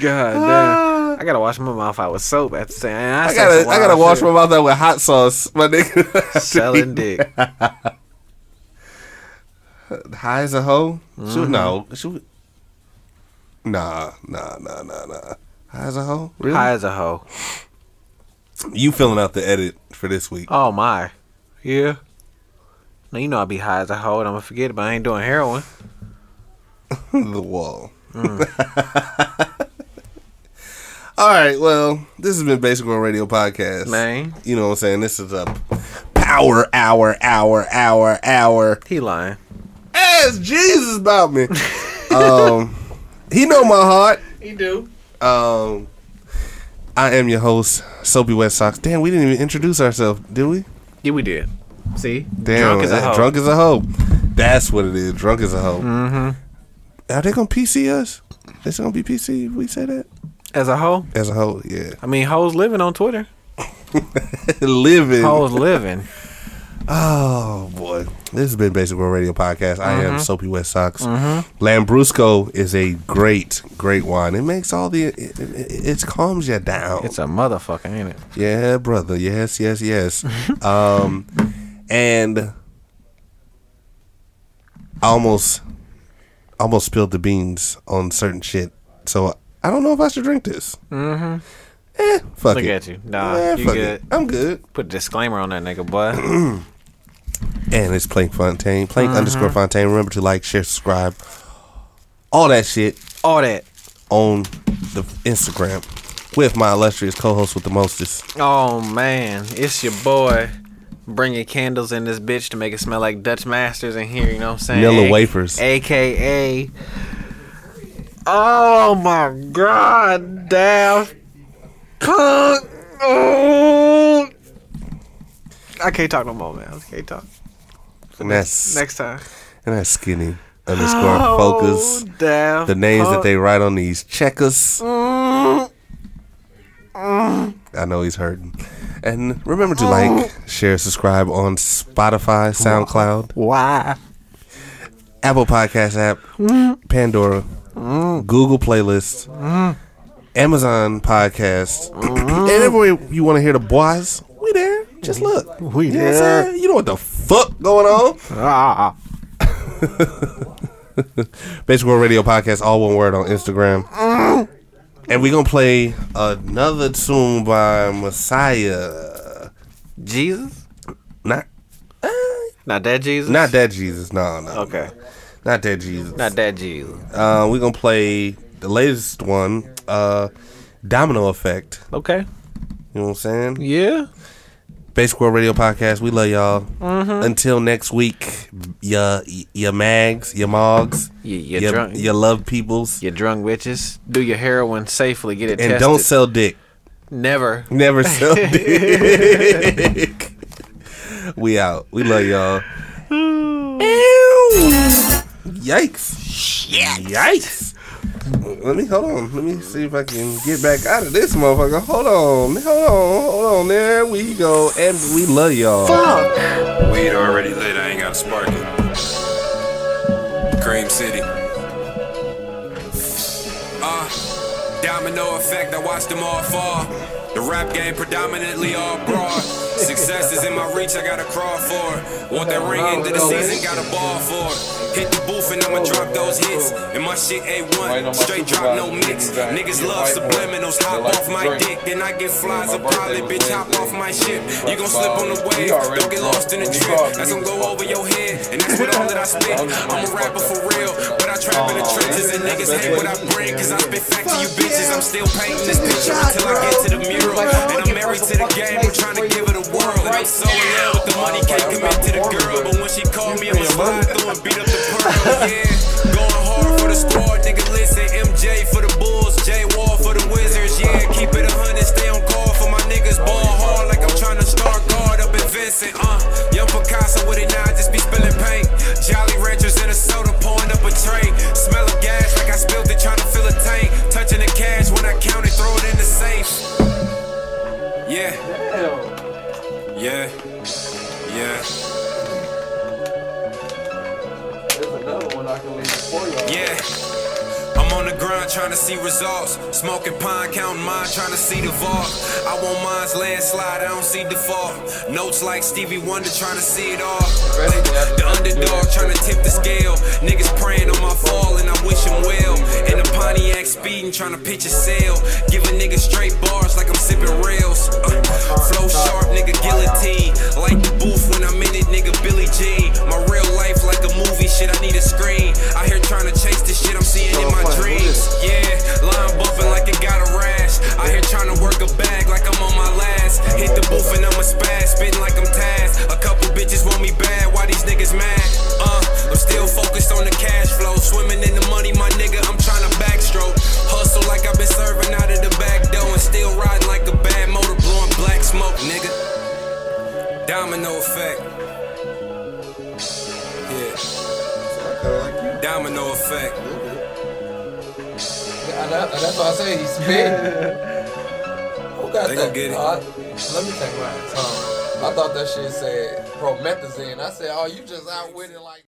Speaker 1: damn, I gotta wash my mouth out with soap at the same. I,
Speaker 4: Ah. I gotta, I gotta wash my mouth out with hot sauce, my nigga. (laughs)
Speaker 1: selling dick.
Speaker 4: High as a hoe? Shoot, no, shoot. Nah, nah, nah, nah, nah. High as a hoe? Really?
Speaker 1: High as a hoe.
Speaker 4: You filling out the edit for this week?
Speaker 1: Oh my, yeah. Now you know I'll be high as a hoe, and I'm gonna forget it. But I ain't doing heroin.
Speaker 4: the wall.
Speaker 1: Mm.
Speaker 4: (laughs) All right, well, this has been Basic World Radio Podcast.
Speaker 1: Man.
Speaker 4: You know what I'm saying? This is a power hour, hour, hour, hour.
Speaker 1: He lying.
Speaker 4: Ask Jesus
Speaker 1: (laughs)
Speaker 4: about me. um, he know my heart.
Speaker 1: He do.
Speaker 4: Um, I am your host, Soapy Wet Socks. Damn, we didn't even introduce ourselves, did we?
Speaker 1: Yeah, we did. See,
Speaker 4: Damn,
Speaker 1: drunk as a
Speaker 4: that-
Speaker 1: hoe.
Speaker 4: Drunk as a hoe. That's what it is. Drunk as a hoe. Mm-hmm. Are they gonna PC us? Is it gonna be PC if we say that
Speaker 1: as a hoe.
Speaker 4: as a hoe? Yeah,
Speaker 2: (laughs)
Speaker 1: I mean, hoes living on Twitter.
Speaker 4: living.
Speaker 1: Hoes living.
Speaker 4: Oh boy, this has been Basic World Radio Podcast. I
Speaker 1: Mm-hmm.
Speaker 4: am Soapy Wet Socks. Lambrusco is a great, great wine. It makes all the it, it, it, it calms you
Speaker 1: (laughs)
Speaker 4: down.
Speaker 1: It's a motherfucker, ain't it?
Speaker 4: Yeah, brother. Yes, yes, yes. um, and I almost, almost spilled the beans on certain shit. So I don't know if I should drink this. Mm-hmm. Eh, fuck
Speaker 1: Look
Speaker 4: it.
Speaker 1: at you. Nah,
Speaker 4: Eh,
Speaker 1: you
Speaker 4: fuck
Speaker 1: good.
Speaker 4: it. I'm good.
Speaker 1: Put a disclaimer on that nigga, boy.
Speaker 4: And it's Plank Fontaine. Plank
Speaker 1: Mm-hmm.
Speaker 4: underscore Fontaine. Remember to like, share, subscribe, all that shit
Speaker 1: All that.
Speaker 4: on the Instagram with my illustrious co-host with the mostest.
Speaker 1: Oh man, it's your boy. Bring your candles in this bitch to make it smell like Dutch Masters in here. You know what I'm saying?
Speaker 4: Yellow wafers.
Speaker 1: AKA. Oh my god, damn. Punk. Oh. I can't talk no more, man. I can't talk.
Speaker 4: And that's
Speaker 1: Next time.
Speaker 4: and that's skinny underscore focus.
Speaker 1: Oh, damn.
Speaker 4: the names that
Speaker 1: punk.
Speaker 4: they write on these checkers.
Speaker 1: Mm-hmm.
Speaker 4: I know he's hurting. And remember to like,
Speaker 1: Mm-hmm.
Speaker 4: share, subscribe on Spotify, SoundCloud,
Speaker 1: Why?
Speaker 4: Apple Podcast app, Pandora, Google Playlist, Amazon Podcast, and everywhere you want to hear the boys, we there. Just look.
Speaker 1: We
Speaker 4: you Know what
Speaker 1: there.
Speaker 4: I'm saying? you know what the fuck going on?
Speaker 1: Ah.
Speaker 4: Basic World Radio Podcast, all one word on Instagram. And we're gonna play another tune by Messiah.
Speaker 1: Jesus?
Speaker 4: Not
Speaker 1: Not that Jesus?
Speaker 4: not that Jesus. No, no.
Speaker 1: Okay.
Speaker 4: Not that Jesus.
Speaker 1: Not that Jesus.
Speaker 4: Uh, we're gonna play the latest one, uh, Domino Effect.
Speaker 1: Okay.
Speaker 4: You know what I'm saying?
Speaker 1: Yeah.
Speaker 4: Basic World Radio Podcast. We love y'all. Until next week, ya ya mags, ya mogs,
Speaker 1: You, you
Speaker 4: ya,
Speaker 1: drunk.
Speaker 4: ya love peoples,
Speaker 1: you drunk bitches. Do your heroin safely. Get it
Speaker 4: and
Speaker 1: tested.
Speaker 4: don't sell dick.
Speaker 1: Never.
Speaker 4: Never sell dick. (laughs) we out. We love y'all. Yikes. Yikes. Let me hold on. Let me see if I can get back out of this motherfucker. Hold on. Hold on. Hold on. There we go. And we love y'all.
Speaker 3: Weed already lit, I ain't gotta spark it. Cream City. Uh, domino effect, I watched them all fall. The rap game predominantly all
Speaker 5: (laughs)
Speaker 3: broad. Success is in my reach, I gotta crawl for it. Want that ring into the season, got a ball for it. Hit the booth and I'ma drop those hits. And my shit
Speaker 5: Right on my
Speaker 3: A1, straight drop, no
Speaker 5: supervisor,
Speaker 3: mix.
Speaker 5: getting back,
Speaker 3: Niggas
Speaker 5: get
Speaker 3: love
Speaker 5: right on.
Speaker 3: subliminals,
Speaker 5: They
Speaker 3: hop
Speaker 5: like
Speaker 3: off
Speaker 5: to
Speaker 3: my
Speaker 5: drink.
Speaker 3: dick, then I get flies
Speaker 5: My
Speaker 3: up
Speaker 5: birthday
Speaker 3: probably,
Speaker 5: was
Speaker 3: bitch, hop
Speaker 5: Wednesday.
Speaker 3: off my shit.
Speaker 5: Like
Speaker 3: You gon' slip on the
Speaker 5: five. We
Speaker 3: wave,
Speaker 5: already
Speaker 3: don't get
Speaker 5: drunk.
Speaker 3: lost in the
Speaker 5: We
Speaker 3: drip.
Speaker 5: caught
Speaker 3: That's
Speaker 5: you.
Speaker 3: gonna go over your head, and that's what all that I spit. I'm a rapper for real, but I trap in the
Speaker 5: Uh-huh.
Speaker 3: trenches, and niggas hate what I bring, cause I spit facts to you bitches. I'm still painting this picture until I get to the mural. And I'm married to the game, I'm trying to give it a whirl. And I'm so in love with the money, can't commit to the girl. But when she called me, I'ma slide through and beat up the pearl. Yeah, going hard for the squad, nigga. Listen, MJ for the Bulls, J Wall for the Wizards. Yeah, keep it a hundred, stay on call for my niggas. Ball hard like I'm trying to start guard up in Vincent. Uh, young Picasso with it now, I just be spilling paint. Jolly Ranchers in a soda, pouring up a tray. Yeah, yeah. Yeah. I'm on the grind trying to see results. Smoking pine, counting mine, trying to see the vault. I want mine's landslide, I don't see default. Notes like Stevie Wonder trying to see it all. The underdog trying to tip the scale. Niggas praying on my fall and I wish him well. In a Pontiac speeding trying to pitch a sale. Give a nigga straight bars like I'm sipping rails. Uh, flow sharp, nigga guillotine. Like the booth when I'm in it, nigga Billy Jean. My real life like a movie, shit, I need a screen. Out here trying to chase this shit I'm seeing in my dreams. Yeah, line bumping like it got a rash. Out here trying to work a bag like I'm on my last. Hit the booth and I'm a spaz, spitting like I'm Taz. A couple bitches want me bad, why these niggas mad? Uh, I'm still focused on the cash flow. Swimming in the money, my nigga, I'm trying to backstroke. Hustle like I've been serving out of the back door and still riding like a bad motor, blowing black smoke, nigga. Domino effect. Yeah, domino effect.
Speaker 6: And that- and that's what I say.
Speaker 3: (laughs)
Speaker 6: He's spit. Who got
Speaker 3: They
Speaker 6: that?
Speaker 3: gonna get it.
Speaker 6: I- let me take mine. Um, I thought that shit said promethazine. I said, oh, you just out with it like.